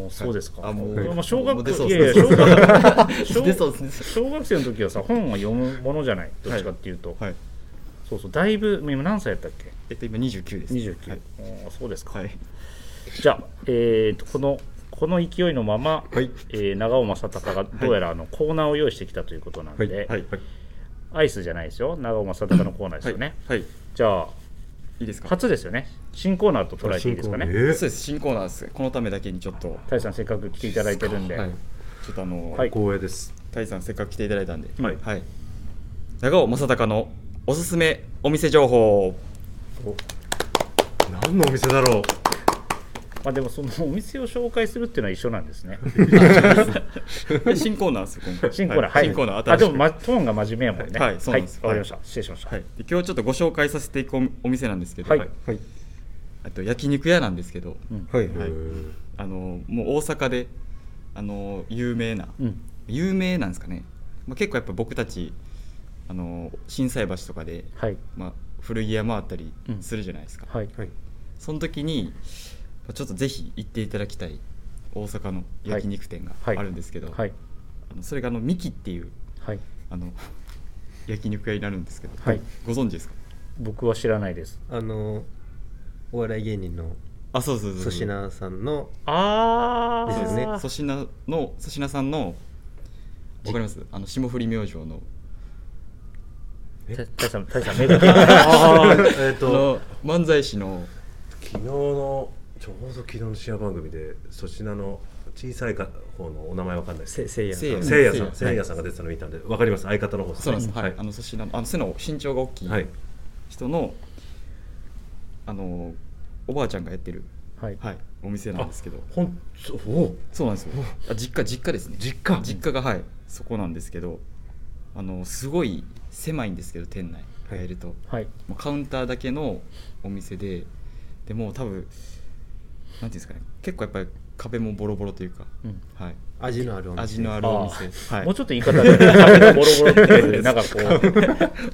S1: もうそうですか。
S5: あもう
S1: いやまあ小学
S5: もう
S1: 校
S5: 出そう
S1: いやい
S5: で
S1: や
S5: すね
S1: 小 学小
S5: 出そうですね
S1: 小学生の時はさ本は読むものじゃない。どっちかっていうと、
S5: はい
S1: そうそうだいぶ今何歳やったっけ？
S5: えっと今29です
S1: 二十九
S5: はい。
S1: ああそうですか。
S5: はい
S1: じゃあえーとこのこの勢いのまま、
S2: はい
S1: えー長尾正隆がどうやらあのコーナーを用意してきたということなんで、
S5: はい
S1: アイスじゃないですよ。長尾正隆のコーナーですよね。
S5: はいい
S1: じゃあ
S5: いですか
S1: 初ですよね。新コーナーと捉えていいですかね。
S5: そうです新コーナーですこのためだけにちょっと
S1: タイさんせっかく来ていただいてるんで、
S5: はいちょっとあの、
S1: はい
S4: 光栄です
S5: タイさんせっかく来ていただいたんで、
S4: はい
S5: はい、長尾正隆のおすすめお店 情報
S4: 何のお店だろう
S1: まあでもそのお店を紹介するっていうのは一緒なんですね。
S5: で新コーナーですよ今 回
S1: 新コーナー、
S5: はい、新コーナー
S1: あ
S5: 新し
S1: で
S5: く
S1: も、ま、トーンが真面目やもんね。
S5: はいはいそうなんです
S1: わ、かりま
S5: はい
S1: した。失礼しました。
S5: はい、で今日ちょっとご紹介させていくおお店なんですけど、
S1: はい
S2: はい
S5: あと焼肉屋なんですけど
S2: はいは
S4: はいい
S5: あのもう大阪であの有名な、
S1: うん。
S5: 有名なんですかね、まあ、結構やっぱ僕たちあの心斎橋とかで、
S1: はい。
S5: まあ、古着屋回ったり
S1: うん
S5: するじゃないですか、
S1: はい。
S2: はい
S5: その時にまあちょっとぜひ行っていただきたい大阪の焼肉店があ
S1: はい
S5: るんですけど、
S1: はい。
S5: あのそれがあのミキっていう
S1: はい。
S5: あの 焼肉屋になるんですけど、
S1: はい
S5: ご存知ですか
S1: 僕は知らないです。
S2: あのお笑い芸人の
S5: あそうそうそう
S2: 粗品さんの
S1: あ
S2: ーですよね
S5: 粗品の粗品さんのわかりますあの霜降り明星の
S1: 大さん、大さん、目が。
S4: あーえ
S5: あ
S4: っと
S5: の漫才師の
S4: 昨日のちょうど昨日の深夜番組で粗品の小さいか方のお名前わかんないで
S2: せ
S4: す
S2: せいやさん
S5: せいや
S4: せいやさ
S5: うん
S4: んせいやさんが出てたの見たんでわかります相方の方です
S5: そうなんです、はい
S4: はい
S5: あの粗品のあの背の身長が大きい
S4: はい
S5: 人の、あのおばあちゃんがやってる、
S1: はい。
S5: はい、お店なんですけど
S4: ほんそうおう
S5: そうなんですよ あ実家実家ですね
S4: 実家
S5: 実家がはいそこなんですけどあのすごい狭いんですけど店内入ると、
S1: はい。
S5: もうカウンターだけのお店ででもう多分なんていうんですかね結構やっぱり壁もボロボロというか、
S1: うん
S5: はい、
S2: 味のあるお店
S5: 味のあるお店、はい、
S1: もうちょっと言い 方で、髪がボロボロって、なんか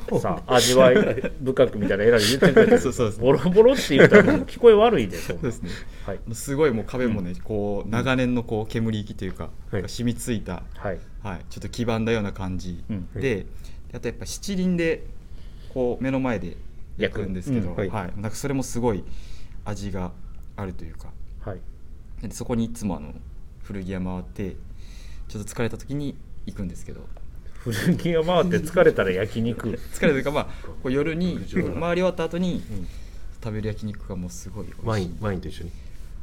S1: こう、さあ、味わい深くみたいな、えらい言ってくれて
S5: そうそうそう
S1: ボロボロって言ったら、聞こえ悪いで、そんな
S5: そうですね
S1: はい。
S5: すごいもう壁もね、こう長年のこう煙息というか、
S2: はい
S5: 染みついた、
S1: はい。
S5: はい、ちょっと黄ばんだような感じ、
S1: うん
S5: でであとやっぱ七輪でこう目の前で焼くんですけど、
S1: 焼
S2: くうん
S5: はいなんかそれもすごい味があるというか
S1: はい。
S5: でそこにいつもあの古着屋回ってちょっと疲れた時に行くんですけど
S1: 古着が回って疲れたら焼肉。
S5: 疲れたというかまあこう夜に
S4: 苦
S5: 回
S4: 情だ
S5: り終わった後に食べる焼肉がもうすごい美味しい
S4: ワインワインと一緒に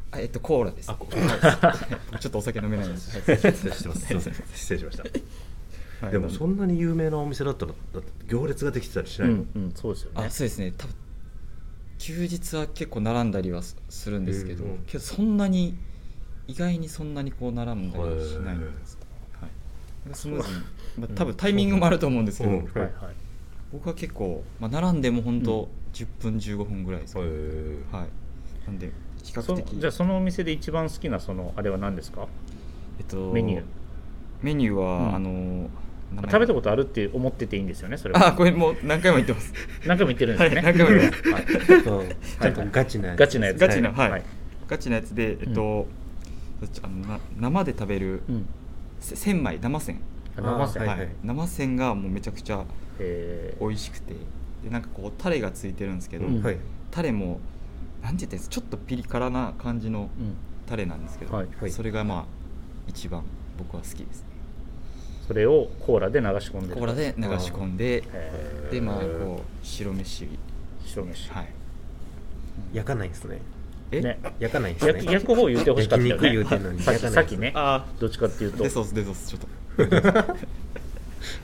S5: あえっとコーラです
S4: あコー
S5: はいちょっとお酒飲めないんですはい
S4: 失礼してますすいません失礼しました
S5: はい
S4: でもそんなに有名なお店だったらだって行列ができてたりし
S1: う
S4: ないの
S1: ん、うん、そうですよね
S5: あ。そうですね多分休日は結構並んだりはすするんですけど、
S4: うん
S5: けどそんなに意外にそんなにこう並んだりはしない
S4: へ
S5: ん
S4: ー
S5: です、はい、なんかスムーズに、まあ、多分タイミングもあると思うんですけど、
S4: うん
S1: はいはい。
S5: 僕は結構、まあ、並んでも本当10分15分ぐらいですかね、
S4: へ
S5: はいなんで比較
S1: そ
S5: 的
S1: じゃあそのお店で一番好きなそのあれは何ですか
S5: えっと
S1: メニュー
S5: メニューは、
S1: うん
S5: あの名前
S1: 食べたことあるって思ってていいんですよねそれは
S5: あこれもう何回も言ってます
S1: 何回も言ってるんですよね、
S5: はい何回も言います
S1: はい
S2: ちょ っとちょっとガチなやつ
S1: ガチなやつ
S5: ガチな
S1: は
S5: はいい、ガチなやつでえっと、あのな生で食べる、
S1: うん
S5: せ千枚生千
S1: あ生瀬
S2: あー
S5: は
S2: はいい
S5: 生鮮がもうめちゃくちゃ
S1: えー
S5: 美味しくてでなんかこうタレがついてるんですけど、
S1: うん
S2: はい
S5: タレもなんて言ったらいいんですかちょっとピリ辛な感じの
S1: うん、
S5: タレなんですけど、
S1: はい
S2: はい
S5: それがまあ一番僕は好きですね
S1: それをコーラで流し込んでる
S5: ここらで流し込んで
S1: え
S5: でまあこう白飯
S1: ー白飯、
S5: はい
S2: 焼かないんですね
S5: え、
S1: ね
S2: 焼かないんです
S1: 焼
S2: ね
S1: き焼く方言ってほしかったよね
S2: 焼肉言うてんのに
S1: さっき
S2: 焼かない
S1: さっきね
S5: あ
S1: どっちかっていう
S5: あ
S1: と
S5: でそうですでそうですちょっと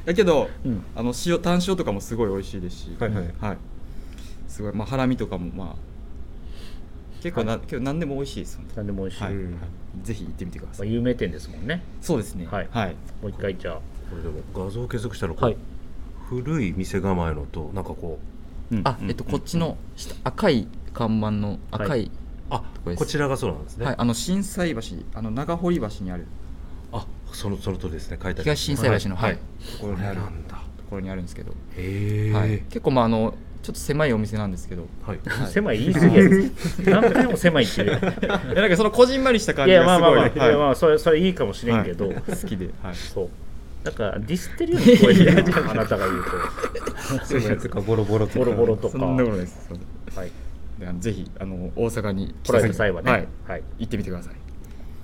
S5: だけど、
S1: うん
S5: あの塩単塩とかもすごい美味しいですし、
S2: はいはい
S5: はい、すごい、まあ、ハラミとかも、まあ、結構な、結構何でも美味しいですよね、
S1: 何でも美味しい、
S5: はい
S2: うん
S5: はいぜひ行ってみてくだ
S1: ま
S5: さ
S1: あ、
S5: い、
S1: 有名店ですもんね
S5: そうですね
S1: はい
S5: はい
S1: もう一回じゃ
S4: これでも画像を検索したら
S1: あ
S4: こう古い店構えのとなんかこう
S1: うん
S5: あ、えっと、こっちの下赤い看板の赤い、
S1: は
S5: はいい
S4: あ
S5: こです
S4: こちらがそうなんですね
S5: あの心斎橋あの長堀橋にある
S4: あそのその通りですね書いてありま
S5: 東
S4: す
S5: 心斎橋の、はい
S4: これなんだ
S5: ところにあるんですけど、
S4: へえ、
S5: はい、結構まああのちょっと狭いお店なんですけど
S4: はい
S5: はい
S1: 狭い言い過ぎやつ何回も狭いって言うよ
S5: いや なんかそのこじんまりした感
S1: い
S5: じ
S1: やまあ
S5: がす
S1: まあ
S5: ごい
S1: まあ、いやま
S5: は
S1: あそれそれいいかもし
S5: い
S1: れんけど、
S5: はい好きで、はい、
S1: そうだからディスってるように聞こえる
S5: いやい
S1: な
S5: や
S1: あなたが言うと
S2: そういうやつがボロボロとか
S1: ボロボロとか
S5: そんなことないですそんな
S1: はい
S5: であのぜひあの大阪に
S1: 来られた際はね、
S5: は
S1: はい
S5: い、行ってみてください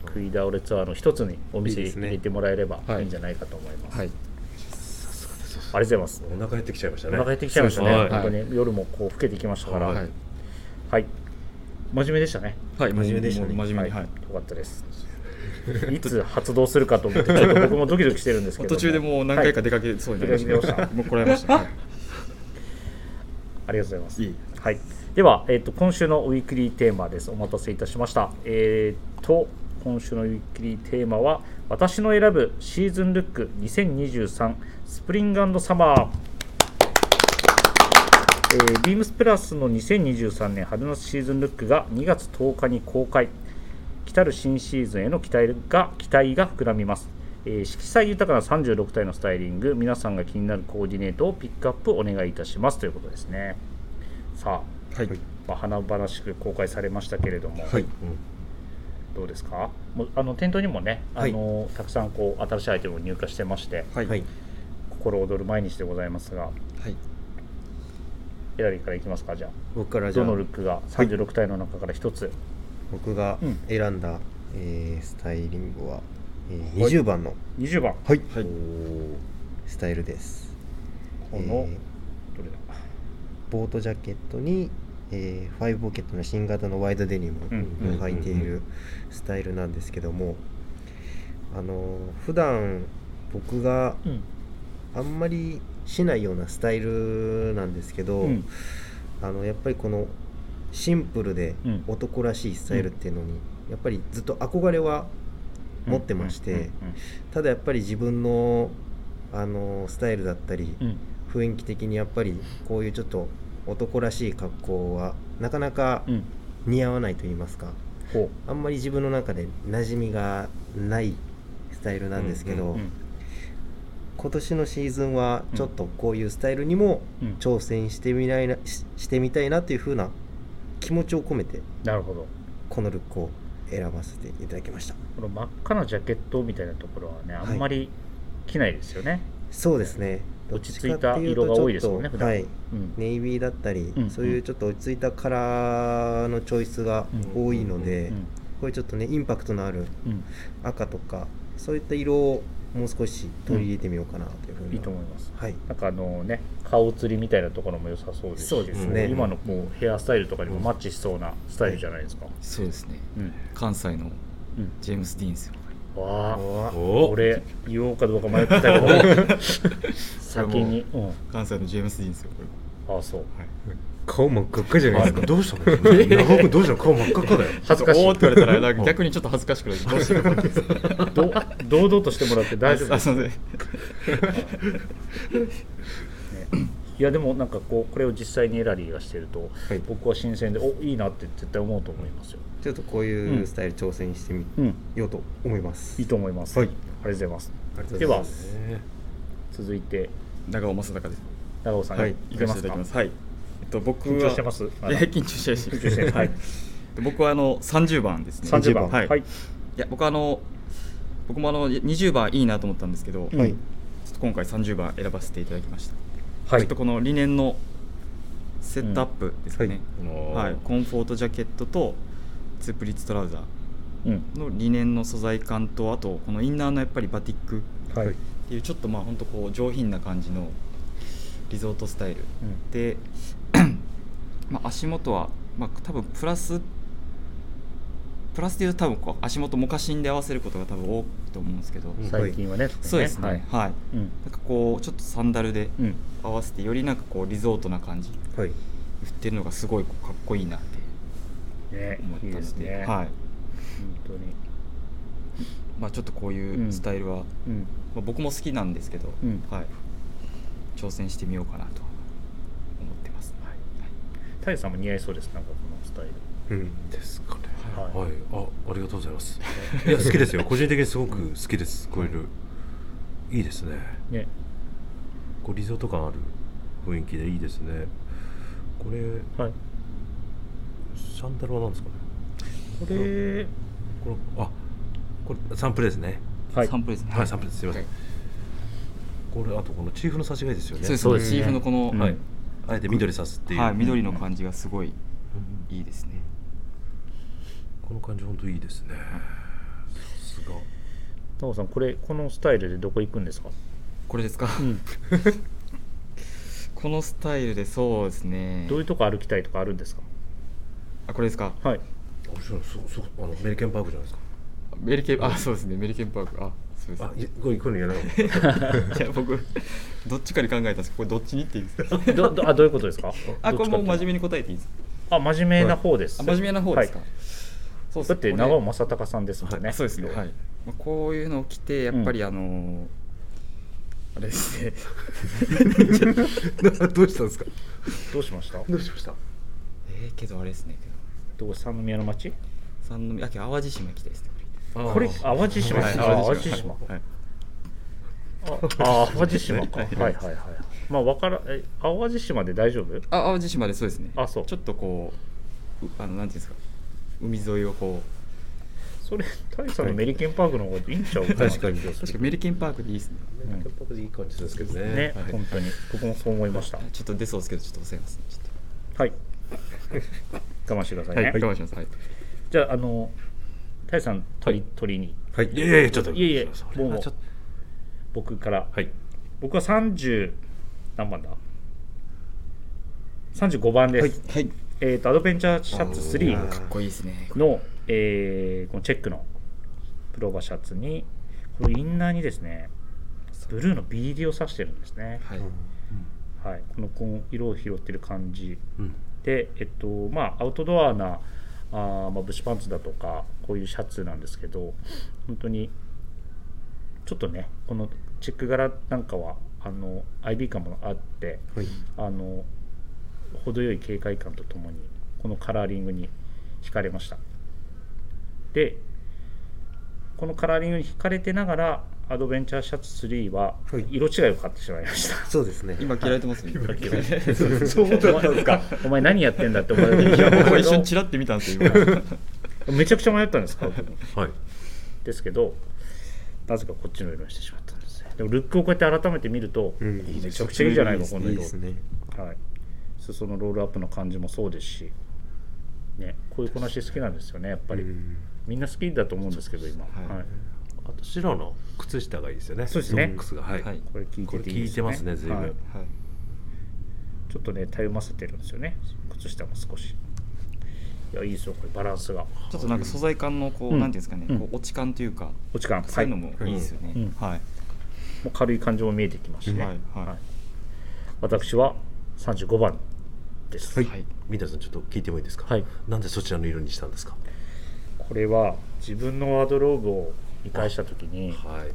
S1: 食い倒れツアーの一つにお店に入れてもらえれば
S5: はい
S1: いいんじゃないかと思います、
S5: はい
S1: ありがとうございます
S4: お腹減ってきちゃいました
S1: お
S4: ね
S1: 腹減ってきちゃいましたね、
S4: そうですね
S1: 本当に夜もこう老けてきましたから、
S5: は
S1: はいい、真面目でしたね、
S5: はい、真
S2: 面目でしたね
S5: 真面目に、はい
S1: よかったです。いつ発動するかと思ってちょっと僕もドキドキしてるんですけど
S5: 途中でもう何回か出かけそうになりました、
S1: はい
S5: もうこらえました、はい
S1: ありがとうございます
S5: いい
S1: はい、では、えっと今週のウィークリーテーマですお待たせいたしましたえーっと今週のウィークリーテーマは私の選ぶシーズンルック2023スプリングサマーえー、ビームスプラスの2023年春夏シーズンルックが2月10日に公開来たる新シーズンへの期待が期待が膨らみます、えー色彩豊かな36体のスタイリング皆さんが気になるコーディネートをピックアップお願いいたしますということですねさあ、
S5: はい
S1: まあ、華々しく公開されましたけれども、
S2: はい
S1: どうですかもうあの店頭にもね、
S2: はい
S1: あのたくさんこう新しいアイテムを入荷してまして
S5: はい
S2: はい
S1: 心躍る毎日でございますが
S5: はい
S1: エラリーからいきますかじゃあ
S2: 僕からじゃ
S1: ど
S2: あ
S1: のルックが36体の中から一つ、
S2: 僕が
S1: うん
S2: 選んだ、えースタイリングは、えー20番の
S1: 20番
S2: はい
S5: はい
S2: スタイルです
S1: この
S2: えー
S1: どれだ
S2: ボートジャケットに、えーファイブポケットの新型のワイドデニム
S1: うん
S2: を履いているスタイルなんですけども、あのー普段僕が
S1: うん
S2: あんまりしないようなスタイルなんですけど、
S1: うん
S2: あのやっぱりこのシンプルで
S1: うん
S2: 男らしいスタイルっていうのに、やっぱりずっと憧れは持ってまして、ただやっぱり自分の、あのースタイルだったり、
S1: うんうん
S2: 雰囲気的にやっぱりこういうちょっと男らしい格好はなかなか
S1: うんうん
S2: 似合わないと言いますか
S1: ほ
S2: あんまり自分の中で馴染みがないスタイルなんですけど、
S1: ううん
S2: 今年のシーズンはちょっとこういうスタイルにも
S1: うん
S2: 挑戦してみないなししてみたいなというふうな気持ちを込めて
S1: なるほど
S2: このルックを選ばせていただきました
S1: この真っ赤なジャケットみたいなところはねあ
S2: い
S1: んまり着ないですよね、
S2: そうですね
S1: 落ち着いた色が多いですもんね
S2: どっち
S1: 普
S2: か
S1: 段
S2: っていうとちょっ
S1: う
S2: とはい
S1: ん
S2: ネイビーだったり、
S1: うん
S2: そういうちょっと落ち着いたカラーのチョイスが多いので、
S1: うん
S2: これちょっとねインパクトのある
S1: うん
S2: 赤とかそういった色をもう少し取り入れてみようかなというふうに、
S1: いいと思います
S2: はい
S1: なんかあのね顔釣りみたいなところも良さそうですし
S2: そうですね
S1: も今のこうヘアスタイルとかにもマッチしそうなスタイルじゃないですか、
S5: そうですね
S1: うん
S5: 関西の
S1: うん
S5: ジェームス・ディーンですよ
S1: わあ
S2: おー
S4: お
S1: これ言おうかどうか迷ってたけ ど先に、う
S5: 関西のジェームス・ディーンですよこ
S1: ん、あそう
S2: 顔真っ赤っかじゃないですか
S4: どうした の長尾君どうしたの顔真っ赤っかだよ
S1: 恥ずか
S5: れ
S1: しい
S5: おーって言われたらなんか逆にちょっと恥ずかしくなってどうしてるか分かんないです
S1: ど堂々としてもらって大丈夫
S5: あ
S1: ですす
S5: いません
S1: いやでもなんかこうこれを実際にエラリーがしてると、僕は新鮮でおいいなって絶対思うと思いますよ、
S2: ちょっとこういうスタイル挑戦してみ
S1: うん、
S2: ようと思います、
S1: いいと思います、
S2: はい
S1: ありがとうございます
S2: ありがとう
S1: で
S2: ござい
S1: は
S2: ます
S1: 続いて
S5: 長尾正隆です
S1: 長尾さん、
S5: はい
S1: い
S5: 行
S1: け
S5: か
S1: ま
S5: せ
S1: す
S5: ていただ
S1: か
S5: きますはいえっと僕は
S1: 緊張してます
S5: いや緊張してないし
S1: 緊張 してないはい
S5: で僕はあの30番ですね
S1: 30
S2: 30
S1: 番
S2: 番
S5: はいいや僕はあの僕もあの20番いいなと思ったんですけど、
S1: は
S5: ち
S1: い
S5: ょっと今回30番選ばせていただきました、
S1: は
S5: ちょっ
S1: い
S5: とこのリネンのセットアップですかね、はい
S4: おー
S5: コンフォートジャケットとツープリッツトラウザ
S1: うん
S5: ーのリネンの素材感とあとこのインナーのやっぱりバティックっ
S1: はい、うん
S5: ていうちょっとまあ本当こう上品な感じのリゾートスタイルで、まあ、足元は、まあ、多分プラスプラスでいうと多分こう足元モカシンで合わせることが多分多いと思うんですけど、
S2: ん
S1: 最近はね
S5: そうですね
S1: は
S5: はいい、、
S1: うん
S5: なんかこうちょっとサンダルで
S1: うん
S5: 合わせてよりなんかこうリゾートな感じ
S2: はい
S5: 振ってるのがすごいこうかっこいいなって
S1: ね
S5: 思っ
S1: いい
S5: た
S1: です
S5: ので
S1: ね、、
S5: はいい
S1: 本当に
S5: まあ、ちょっとこういうんうスタイルは、
S1: うん
S5: まあ、僕も好きなんですけど、
S1: うん
S5: はい、挑戦してみようかなと思ってます、はい
S1: 太陽さんも似合いそうですなんかこのスタイル
S2: うん
S4: ですかね
S1: はい
S4: はいあありがとうございますいや好きですよ個人的にすごく好きですこういうのいいですね
S1: ね
S4: こうリゾート感ある雰囲気でいいですねこれ
S1: はい
S4: サンダルは何ですかね
S1: これ
S4: これあこれサンプルですね
S1: はい
S5: サンプルですね、
S4: はいサンプルですすいません
S5: は
S4: これあとこのチーフの差し替えですよね
S5: そうです
S1: そう
S5: ね
S1: ですね
S5: チーフのこの、
S1: うん
S4: はいあえて緑さすっていう、
S5: はい、緑の感じがすごい
S4: うん
S5: いいですね。
S4: この感じ本当いいですねさすが
S1: 長尾さんこれこのスタイルでどこ行くんですか
S5: これですか、このスタイルでそうですね
S1: どういうとこ歩きたいとかあるんですか
S5: あこれですか
S1: はい
S4: 面白いそうそうあのメリケンパークじゃないですか
S5: メリケンあそうですねメリケンパークあそうです
S4: あいこれこれやらなかっ た
S5: いや僕どっちかに考えたんですけどこれどっちにっていいです か
S1: どどあどういうことですか
S5: あこれもう真面
S1: 目
S5: 目に答えていいです
S1: あ真面目な方です、
S5: あ真面目な方ですか、
S1: はい
S5: そうっす
S1: だって
S5: これ
S1: 長尾正隆さんですもんね、
S5: あそうですねはいまあこういうのを着てやっぱりあのーあれですね
S4: どうしたんですか
S1: どうしました
S4: どうしました
S5: えー、けどあれですねけど
S1: どこ三宮の町
S5: 三宮あけど淡路島行きたいですね
S1: これ淡路島ですあ淡路島
S5: はい
S1: あ淡路島かはいはいはいまあわからえ淡路島で大丈夫
S5: あ淡路島でそうですね
S1: あそう
S5: ちょっとこううあのなんていうんですか海沿いをこう
S1: それ大佐のメリケンパークの方がいいんちゃうかな
S4: 確かに
S5: 確かメリケンパークでいいですね
S4: なんかやっぱりいい感じですけどね
S1: ね、
S5: はい
S1: 本当に僕もそう思いました
S5: ちょっと出そうですけどちょっと抑えますねちょっ
S1: はい我慢してくださ
S5: と
S1: い
S5: はい
S1: ね、
S5: 我慢しますはい
S1: じゃああの大佐鳥鳥に
S4: はいいやいやいやちょっと
S1: いえいえ
S4: それ
S1: もう
S4: はちょっと
S1: 僕から
S4: はい
S1: 僕は30何番だ35番です、
S5: はい
S1: えー、とアドベンチャーシャツ3
S5: かっこいいですね
S1: の、えーこのチェックのプローバーシャツにこのインナーにですねブルーのビーディを刺してるんですね、
S5: はい
S1: はい、このこの色を拾ってる感じ
S4: うん
S1: で、えっとまあ、アウトドアなあー、まあ、ブシパンツだとかこういうシャツなんですけど本当にちょっとねこのチェック柄なんかはあの IB 感もあって
S2: はい
S1: あの程よい警戒感とともにこのカラーリングに惹かれましたでこのカラーリングに惹かれてながらアドベンチャーシャツ3は
S2: はい
S1: 色違いを買ってしまいました
S2: そうですね
S5: 今切られてますね
S4: そうだったんですか
S1: お前何やってんだって思われてる
S5: 僕は一瞬チラって見たんですよ 今
S1: めちゃくちゃ迷ったんです買う時に
S4: はい
S1: ですけどなぜかこっちの色にしてしまったんですねでもルックをこうやって改めて見ると、
S2: うん
S1: めちゃくちゃいいじゃないのこの色
S2: いいですね
S1: はい、裾のロールアップの感じもそうですし、ね、こういうこなし好きなんですよねやっぱり、
S2: うん
S1: みんな好きだと思うんですけど今、はい
S5: い
S4: あと白の靴下がいいですよね
S1: そうですね
S4: ソックスがはい、
S5: はい
S1: これ聞い
S4: こ
S1: て
S4: れ
S1: ていい
S4: 聞
S1: で
S4: い
S1: す
S4: てますね随分、
S1: はい
S5: はい
S1: ちょっとねたゆませてるんですよね靴下も少しいやいいですよこれバランスが
S5: ちょっとなんか素材感のこう、
S1: うん
S5: なんていうんですかね、
S1: うん
S5: こう落ち感というか、
S1: お時間
S5: そういうの
S1: も
S5: もいいですよね。
S1: うん
S5: はい。
S1: う軽い感じも見えてきますしね、
S5: はいはい
S1: 私は35番です、
S5: はい
S4: みなさんちょっと聞いてもいいですか、
S1: はい
S4: なんでそちらの色にしたんですか
S1: これは自分のワードローブを見返した時に、
S4: はい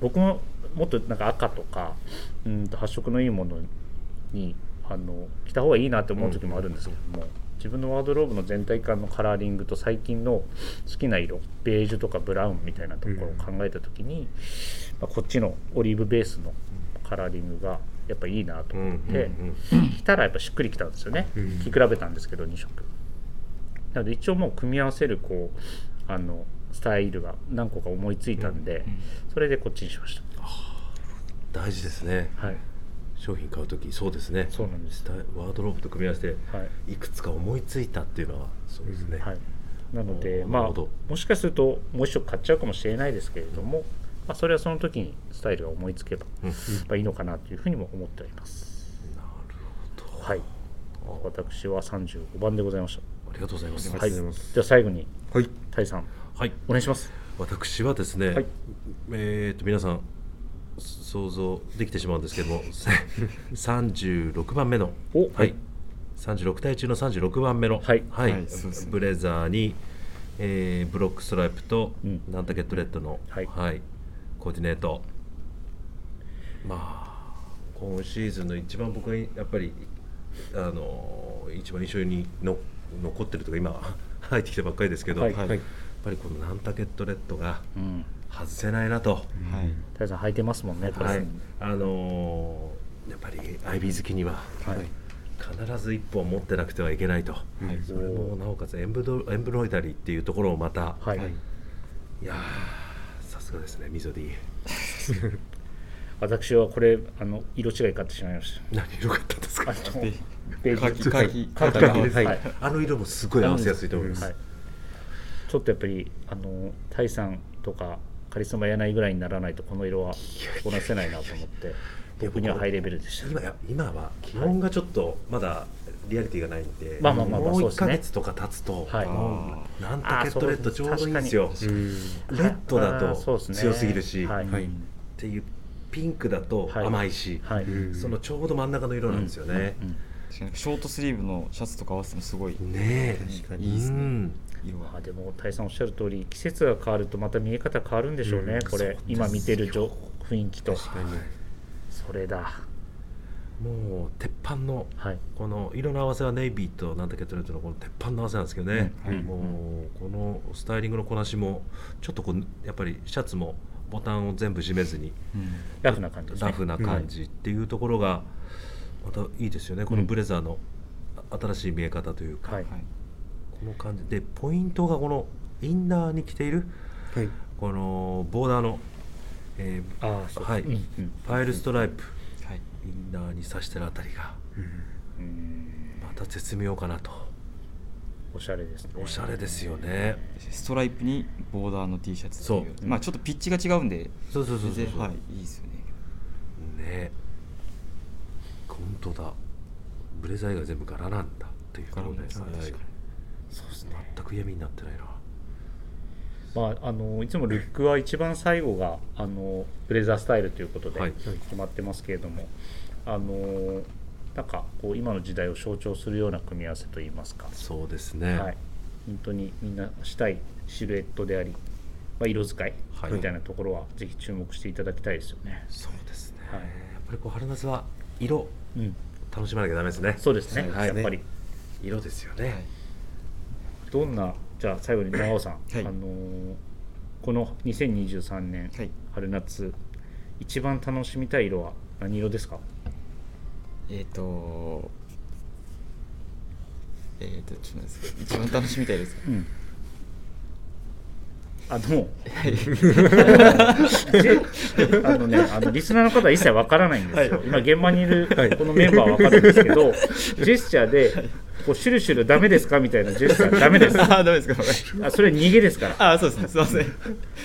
S1: 僕ももっとなんか赤とかうんと発色のいいものにあの着た方がいいなって思う時もあるんですけども、自分のワードローブの全体感のカラーリングと最近の好きな色ベージュとかブラウンみたいなところを考えた時に、まあ、こっちのオリーブベースのカラーリングがやっぱいいなと
S4: うんう
S1: 思っ
S4: ん
S1: て。
S4: うん
S1: 着たらやっぱしっくりきたんですよね、
S2: うん
S1: 着比べたんですけど2色なので一応もう組み合わせるこうあのスタイルが何個か思いついたんで、それでこっちにしまし
S4: 大事ですね
S1: たはい
S4: 商品買う時そうですね
S1: そうなんです
S4: だワードローブと組み合わせて
S1: はい
S4: いくつか思いついたっていうのはそうですね、
S1: はい、なの
S4: な
S1: で
S4: る
S1: まあ
S4: ほど
S1: もしかするともう一色買っちゃうかもしれないですけれども、まあ、それはその時にスタイルが思いつけば、
S4: うん
S1: やっぱいいのかなというふうにも思っております
S4: なるほど、
S1: はい私は35番でございまし
S4: ありがとうございます
S1: た
S4: はい、
S1: じ
S2: ざい
S1: ゃ
S2: ます
S1: あ最後に
S2: はい
S1: タイさん
S4: はい
S1: お願いします
S4: 私はですね、
S1: はい
S4: えー、と皆さん想像できてしまうんですけども 36番目の、
S1: お
S4: はい、36体中の36番目の、
S1: はい
S5: はいそうですね
S4: ブレザーに、えーブロックストライプと、
S1: うん
S4: ナンタケットレッドの、
S1: はい
S4: コーディネートまあ今シーズンの一番僕がやっぱりあの一番印象にの残ってるとか今 入ってきたばっかりですけど、
S1: はい
S4: やっ
S5: はい。
S4: ぱりこのナンタケットレッドが
S1: うん
S4: 外せないなと。
S5: はい
S1: タイさん履いてますもんねこれ、
S4: はい、あのーやっぱり IB 好きには
S1: はい
S4: 必ず一本持ってなくてはいけないと、
S5: はい
S4: それもなおかつエンブドエンブロイダリーっていうところをまた、
S1: はい、
S4: い、やーさすがですねみぞり
S1: 私はこれあの色違い買ってしまいまし
S4: 何色買ったんです
S1: た。あ
S4: か
S1: のベージ
S5: 柿
S1: ュ柿
S5: 柿柿
S1: 柿です。はい。
S2: は
S1: はいい。
S4: あの色もすごい合わせやすいと思います、
S1: ちょっとやっぱりあのタイさんとかカリスマやないぐらいにならないとこの色はこなせないなと思って、僕にはハイレベルでした。
S4: 今や今は気温がちょっとまだリアリティがないんで、
S1: まあまあまあまあ
S4: もう
S1: そうで
S4: 1
S1: す
S4: か
S1: ね
S4: 月とか経つと、
S1: はい
S4: うんなんとケットレッドちょうどいいんですよ
S1: あ。
S4: レッドだ
S1: あーそう
S4: と
S1: ですね
S4: 強すぎるし、
S1: はい
S4: っ
S2: はい
S4: ていうピンクだと
S1: はい
S4: 甘いし、
S1: はい、
S2: うん
S4: そのちょうど真ん中の色なんですよね。
S5: 確かにショートスリーブのシャツとか合わせてもすごい
S4: ねえ、
S2: 確か
S5: いい
S4: で
S5: っ
S4: す
S5: すね
S4: ね。
S5: 色
S1: ま
S5: が
S1: あ、でも大さんおっしゃる通り季節が変わるとまた見え方変わるんでしょうね、
S2: うん
S1: これ今見てるじょ雰囲気と
S2: 確かに
S1: それだ
S4: もう鉄板の
S1: はい
S4: この色の合わせはネイビーとなんだケットレッドのこの鉄板の合わせなんですけどね、
S5: うんはい
S4: もうこのスタイリングのこなしもちょっとこうやっぱりシャツもボタンを全部締めずに
S1: ラフな感じですね
S4: ラフな感じっていうところがまたいいですよね、このブレザーの新しい見え方というか、
S1: はい、
S5: はい
S4: この感じでポイントがこのインナーに着ている
S2: はい
S4: このボーダーの、えー
S1: ああそう
S4: はい
S1: うんうん
S4: パイルストライプ
S5: はい
S4: インナーに刺してるあたりが
S1: うん
S4: また絶妙かなと
S1: おしゃれですね
S4: おしゃれですよね
S5: ストライプにボーダーの T シャツっていう
S4: そ
S5: まあちょっとピッチが違うんで
S4: そうそうそうそう
S5: 全然はいいいですよね
S4: ね本当だブレザー以外全部柄なんだっていう
S5: 柄
S4: こ
S5: も
S4: と
S5: ね
S4: ですね
S5: 確かに
S1: そうですね
S4: 全く闇になってないな
S1: まあ、あのいつもルックは一番最後があのブレザースタイルということで
S4: はい
S1: 決まってますけれども、あのなんかこう今の時代を象徴するような組み合わせといいますか、
S4: そうですね
S1: はい、本当にみんなしたいシルエットであり、まあ、色使い
S4: はい
S1: みたいなところはぜひ注目していただきたいですよね。
S4: そうですね、
S1: はい
S4: やっぱりこう春夏は色
S1: うん、
S4: 楽しまなきゃダメですね
S1: そうですね、
S4: はい
S1: やっぱり
S4: 色ですよね、
S1: どんなじゃあ最後に長尾さん、
S5: はい
S1: あのこの2023年
S5: はい
S1: 春夏、一番楽しみたい色は何色ですか
S5: えっとえっとちょっと待ってください一番楽しみたいですか
S1: うん。あの、 あのね、あのリスナーの方は一切わからないんですよ。今現場にいるこのメンバーはわかるんですけど、ジェスチャーで。こうシュルシュルダメですかみたいなジェスチャーダメです。
S5: ああダメですかこれ
S1: あ、それ逃げですから。
S5: ああそうですねすいません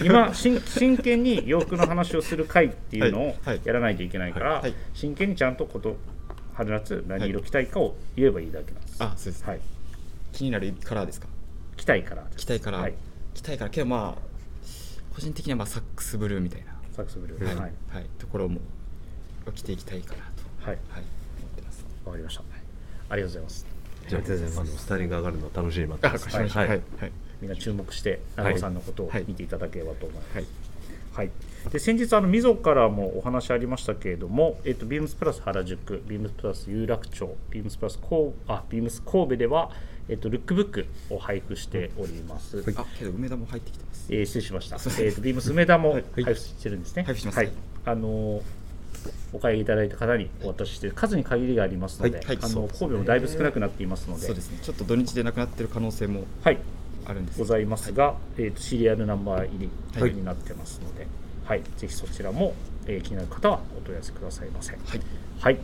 S1: 今しん真剣に洋服の話をする会っていうのを
S5: はいはい
S1: やらないといけないから、
S5: いはい
S1: 真剣にちゃんとこと春夏何色着たいかを言えばいいだけなんです。
S5: あそうです
S1: はい。
S5: 気になるカラーですか
S1: 着たいからです。
S5: 着たいから、
S1: はい。
S5: 着たいからけどまあ個人的にはまあサックスブルーみたいな、
S1: サックスブルー。
S5: はい
S1: はい。
S5: はい、ところも着ていきたいかなと、
S1: はい。
S5: はい、思ってます
S1: わかりました。ありがとうございます。
S4: じゃあ
S2: ありがとうございます
S4: あのスタイリング上がるの楽しみに待ってます
S1: わかりました
S4: はい
S5: はい、
S1: みんな注目して長尾さんのことを
S5: はい
S1: 見ていただければと思います。は
S5: はいい
S1: で先日あの溝からもお話ありましたけれども、えっとビームスプラス原宿、ビームスプラス有楽町、ビームスプラス神戸あビームス神戸ではえっとルックブックを配布しております。
S5: あけど梅田も入ってきてます
S1: えー失礼しました。
S5: そうです
S1: えっとビームス梅田も配布してるんですね。
S5: 配布してます
S1: はい。あのーお買い上げいただいた方にお渡しして数に限りがありますので、
S5: はいはい
S1: あ
S5: そ
S1: の
S5: うですね
S1: 神戸もだいぶ少なくなっていますので、
S5: そうですねちょっと土日でなくなってる可能性も
S1: はい。
S5: あるんです
S1: ご
S5: けど
S1: ざいますが、えー、とシリアルナンバー入
S5: は
S1: り
S5: い
S1: になってますので、はいぜひそちらも、えー気になる方はお問い合わせくださいませ。
S5: はい
S1: はい、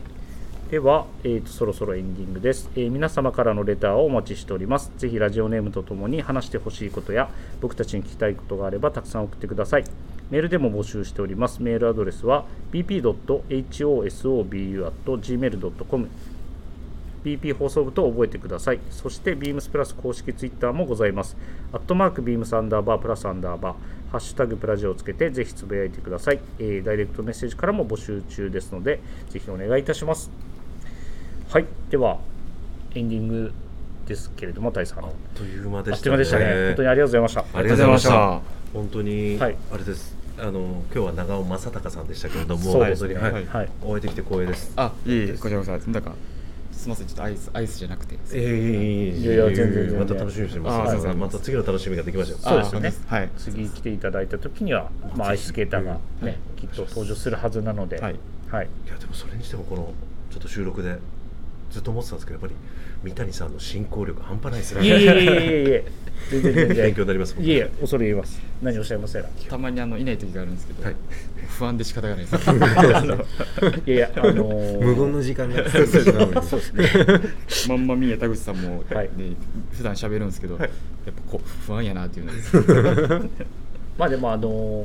S1: では、えーと、そろそろエンディングです、えー皆様からのレターをお待ちしております。ぜひラジオネームとともに話してほしいことや、僕たちに聞きたいことがあればたくさん送ってください。メールでも募集しております。メールアドレスは bp.hosobu.gmail.com BP 放送部と覚えてください。そして Beams プラス公式ツイッターもございます。アットマーク Beams アンダーバープラスアンダーバー、ハッシュタグプラジオをつけてぜひつぶやいてください、えーダイレクトメッセージからも募集中ですので、ぜひお願いいたします。はい、ではエンディングですけれども、大佐さん。あ
S4: あ
S1: っ
S4: っという間で
S1: と
S4: し
S1: いう
S4: た
S1: 間でしたね。本当にありがとうございました。
S4: ありがとうございまし
S5: あ
S4: た本当に、
S1: はい
S4: あれですあの今日は長尾正隆さんでしたけれども
S1: そうですね。
S4: 本当
S1: は。
S4: にはいい
S1: はい
S4: お会いできて光栄です
S5: あいえいえこちらこそなんかすみませんちょっとアイスアイスじゃなくて
S4: ええ
S1: いやいや全然全然
S4: また楽しみにしてます
S5: あありがとうございま
S4: また次の楽しみができました
S1: そう
S4: よ
S1: ですよね
S5: あはい
S1: 次来ていただいた時には、まあ、アイススケーターが、ねきっと登場するはずなので、
S5: はい
S1: はい、
S4: いやでもそれにしてもこのちょっと収録でずっと思ってたんですけどやっぱり三谷さんの進行力半端ないです
S1: いえい
S4: ね
S1: えいえいえいえ、全然全然。
S4: 勉強になりますもん
S1: いえいえ、恐れ入ります。何をおっしゃいますやら。い
S5: たまにあのいない時があるんですけど、
S4: はい
S5: 不安で仕方がないです
S1: やいや、あの ー
S2: 無言の時間がそうです
S1: そうですね。
S5: まんまみや田口さんも、
S1: はい
S5: ね普段喋るんですけど、やっぱこう不安やなっていうのです
S1: まあでも、あのー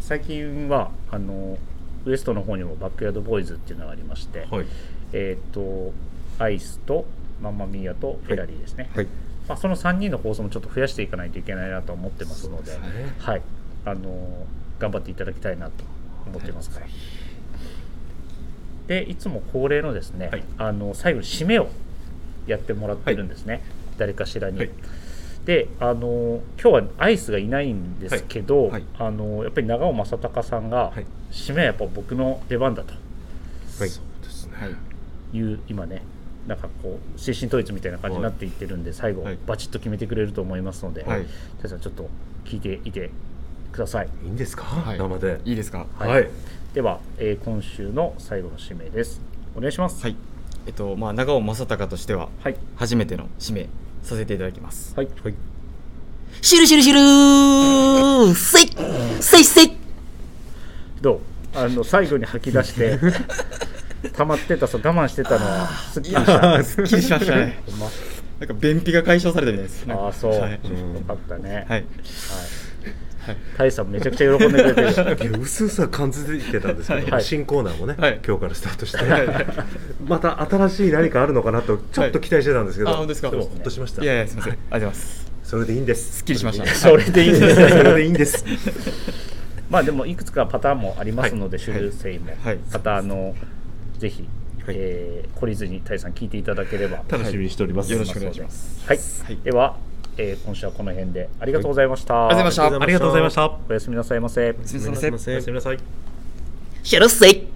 S1: 最近は、あのーウエストの方にもバックヤードボーイズっていうのがありまして、
S4: はい
S1: えーっと、アイスとマンマミーアとフェラリーですね、
S2: はい
S1: まあ、その3人の放送もちょっと増やしていかないといけないなと思ってますのではいあのー頑張っていただきたいなと思ってますから、でいつも恒例のですね、
S4: はい
S1: あの最後に締めをやってもらってるんですね、誰かしらに。
S4: はい
S1: であの今日はアイスがいないんですけど、
S4: はいはい
S1: あのやっぱり長尾正隆さんが、
S4: はい
S1: 締めはやっぱ僕の出番だと
S2: はい
S4: そうですね、
S5: はい
S1: いう今ねなんかこう精神統一みたいな感じになっていってるんで、最後、
S5: はい
S1: バチッと決めてくれると思いますので、
S5: はい
S1: 大さんちょっと聞いていてください。
S4: いいんですか、
S5: はい
S4: 生で
S5: いいですか
S1: はいでは、えー今週の最後の指名です。お願いします。
S5: はいえっとまあ長尾正隆としては
S1: はい。
S5: 初めての指名させていただき ます
S1: はい。
S3: シュルシュルシュルーせいせいせい
S1: どうあの最後に吐き出 して、溜まってた、そう我慢してたのは、すっきりした。
S5: あすっきりしましたね
S1: ほんま
S5: なんか便秘が解消されたみたいです
S1: ああ、そう。
S5: はい
S1: よかったね。
S5: は
S1: は
S5: い
S1: い。タイさんめちゃくちゃ喜んでくれてる。
S4: いやうすうすは感じてたんですけど、
S1: はい
S4: 新コーナーもね、
S5: はい
S4: 今日からスタートして、
S5: はいはい
S4: また新しい何かあるのかなとちょっと期待してたんですけど、
S5: はいあ本当ですか
S4: もほっとしました
S5: いやいやすみませんありがとうございます
S4: それでいいんです
S5: すっきりしました
S1: それでいいんです
S4: そ れでいいん です
S1: まあでもいくつかパターンもありますので、種類性も、
S5: はい
S1: またあのぜひ、えー懲りずにタイさん聞いていただければ、
S4: 楽しみにしております、
S5: よろしくお願いします
S1: はい
S5: はい
S1: では、えー今週はこの辺でありがとうございました、
S5: ありがとうございました
S4: ありがとうございました
S1: おやすみなさいませ
S5: すみ
S4: お
S5: ません
S4: やすみなさい
S3: シュルせい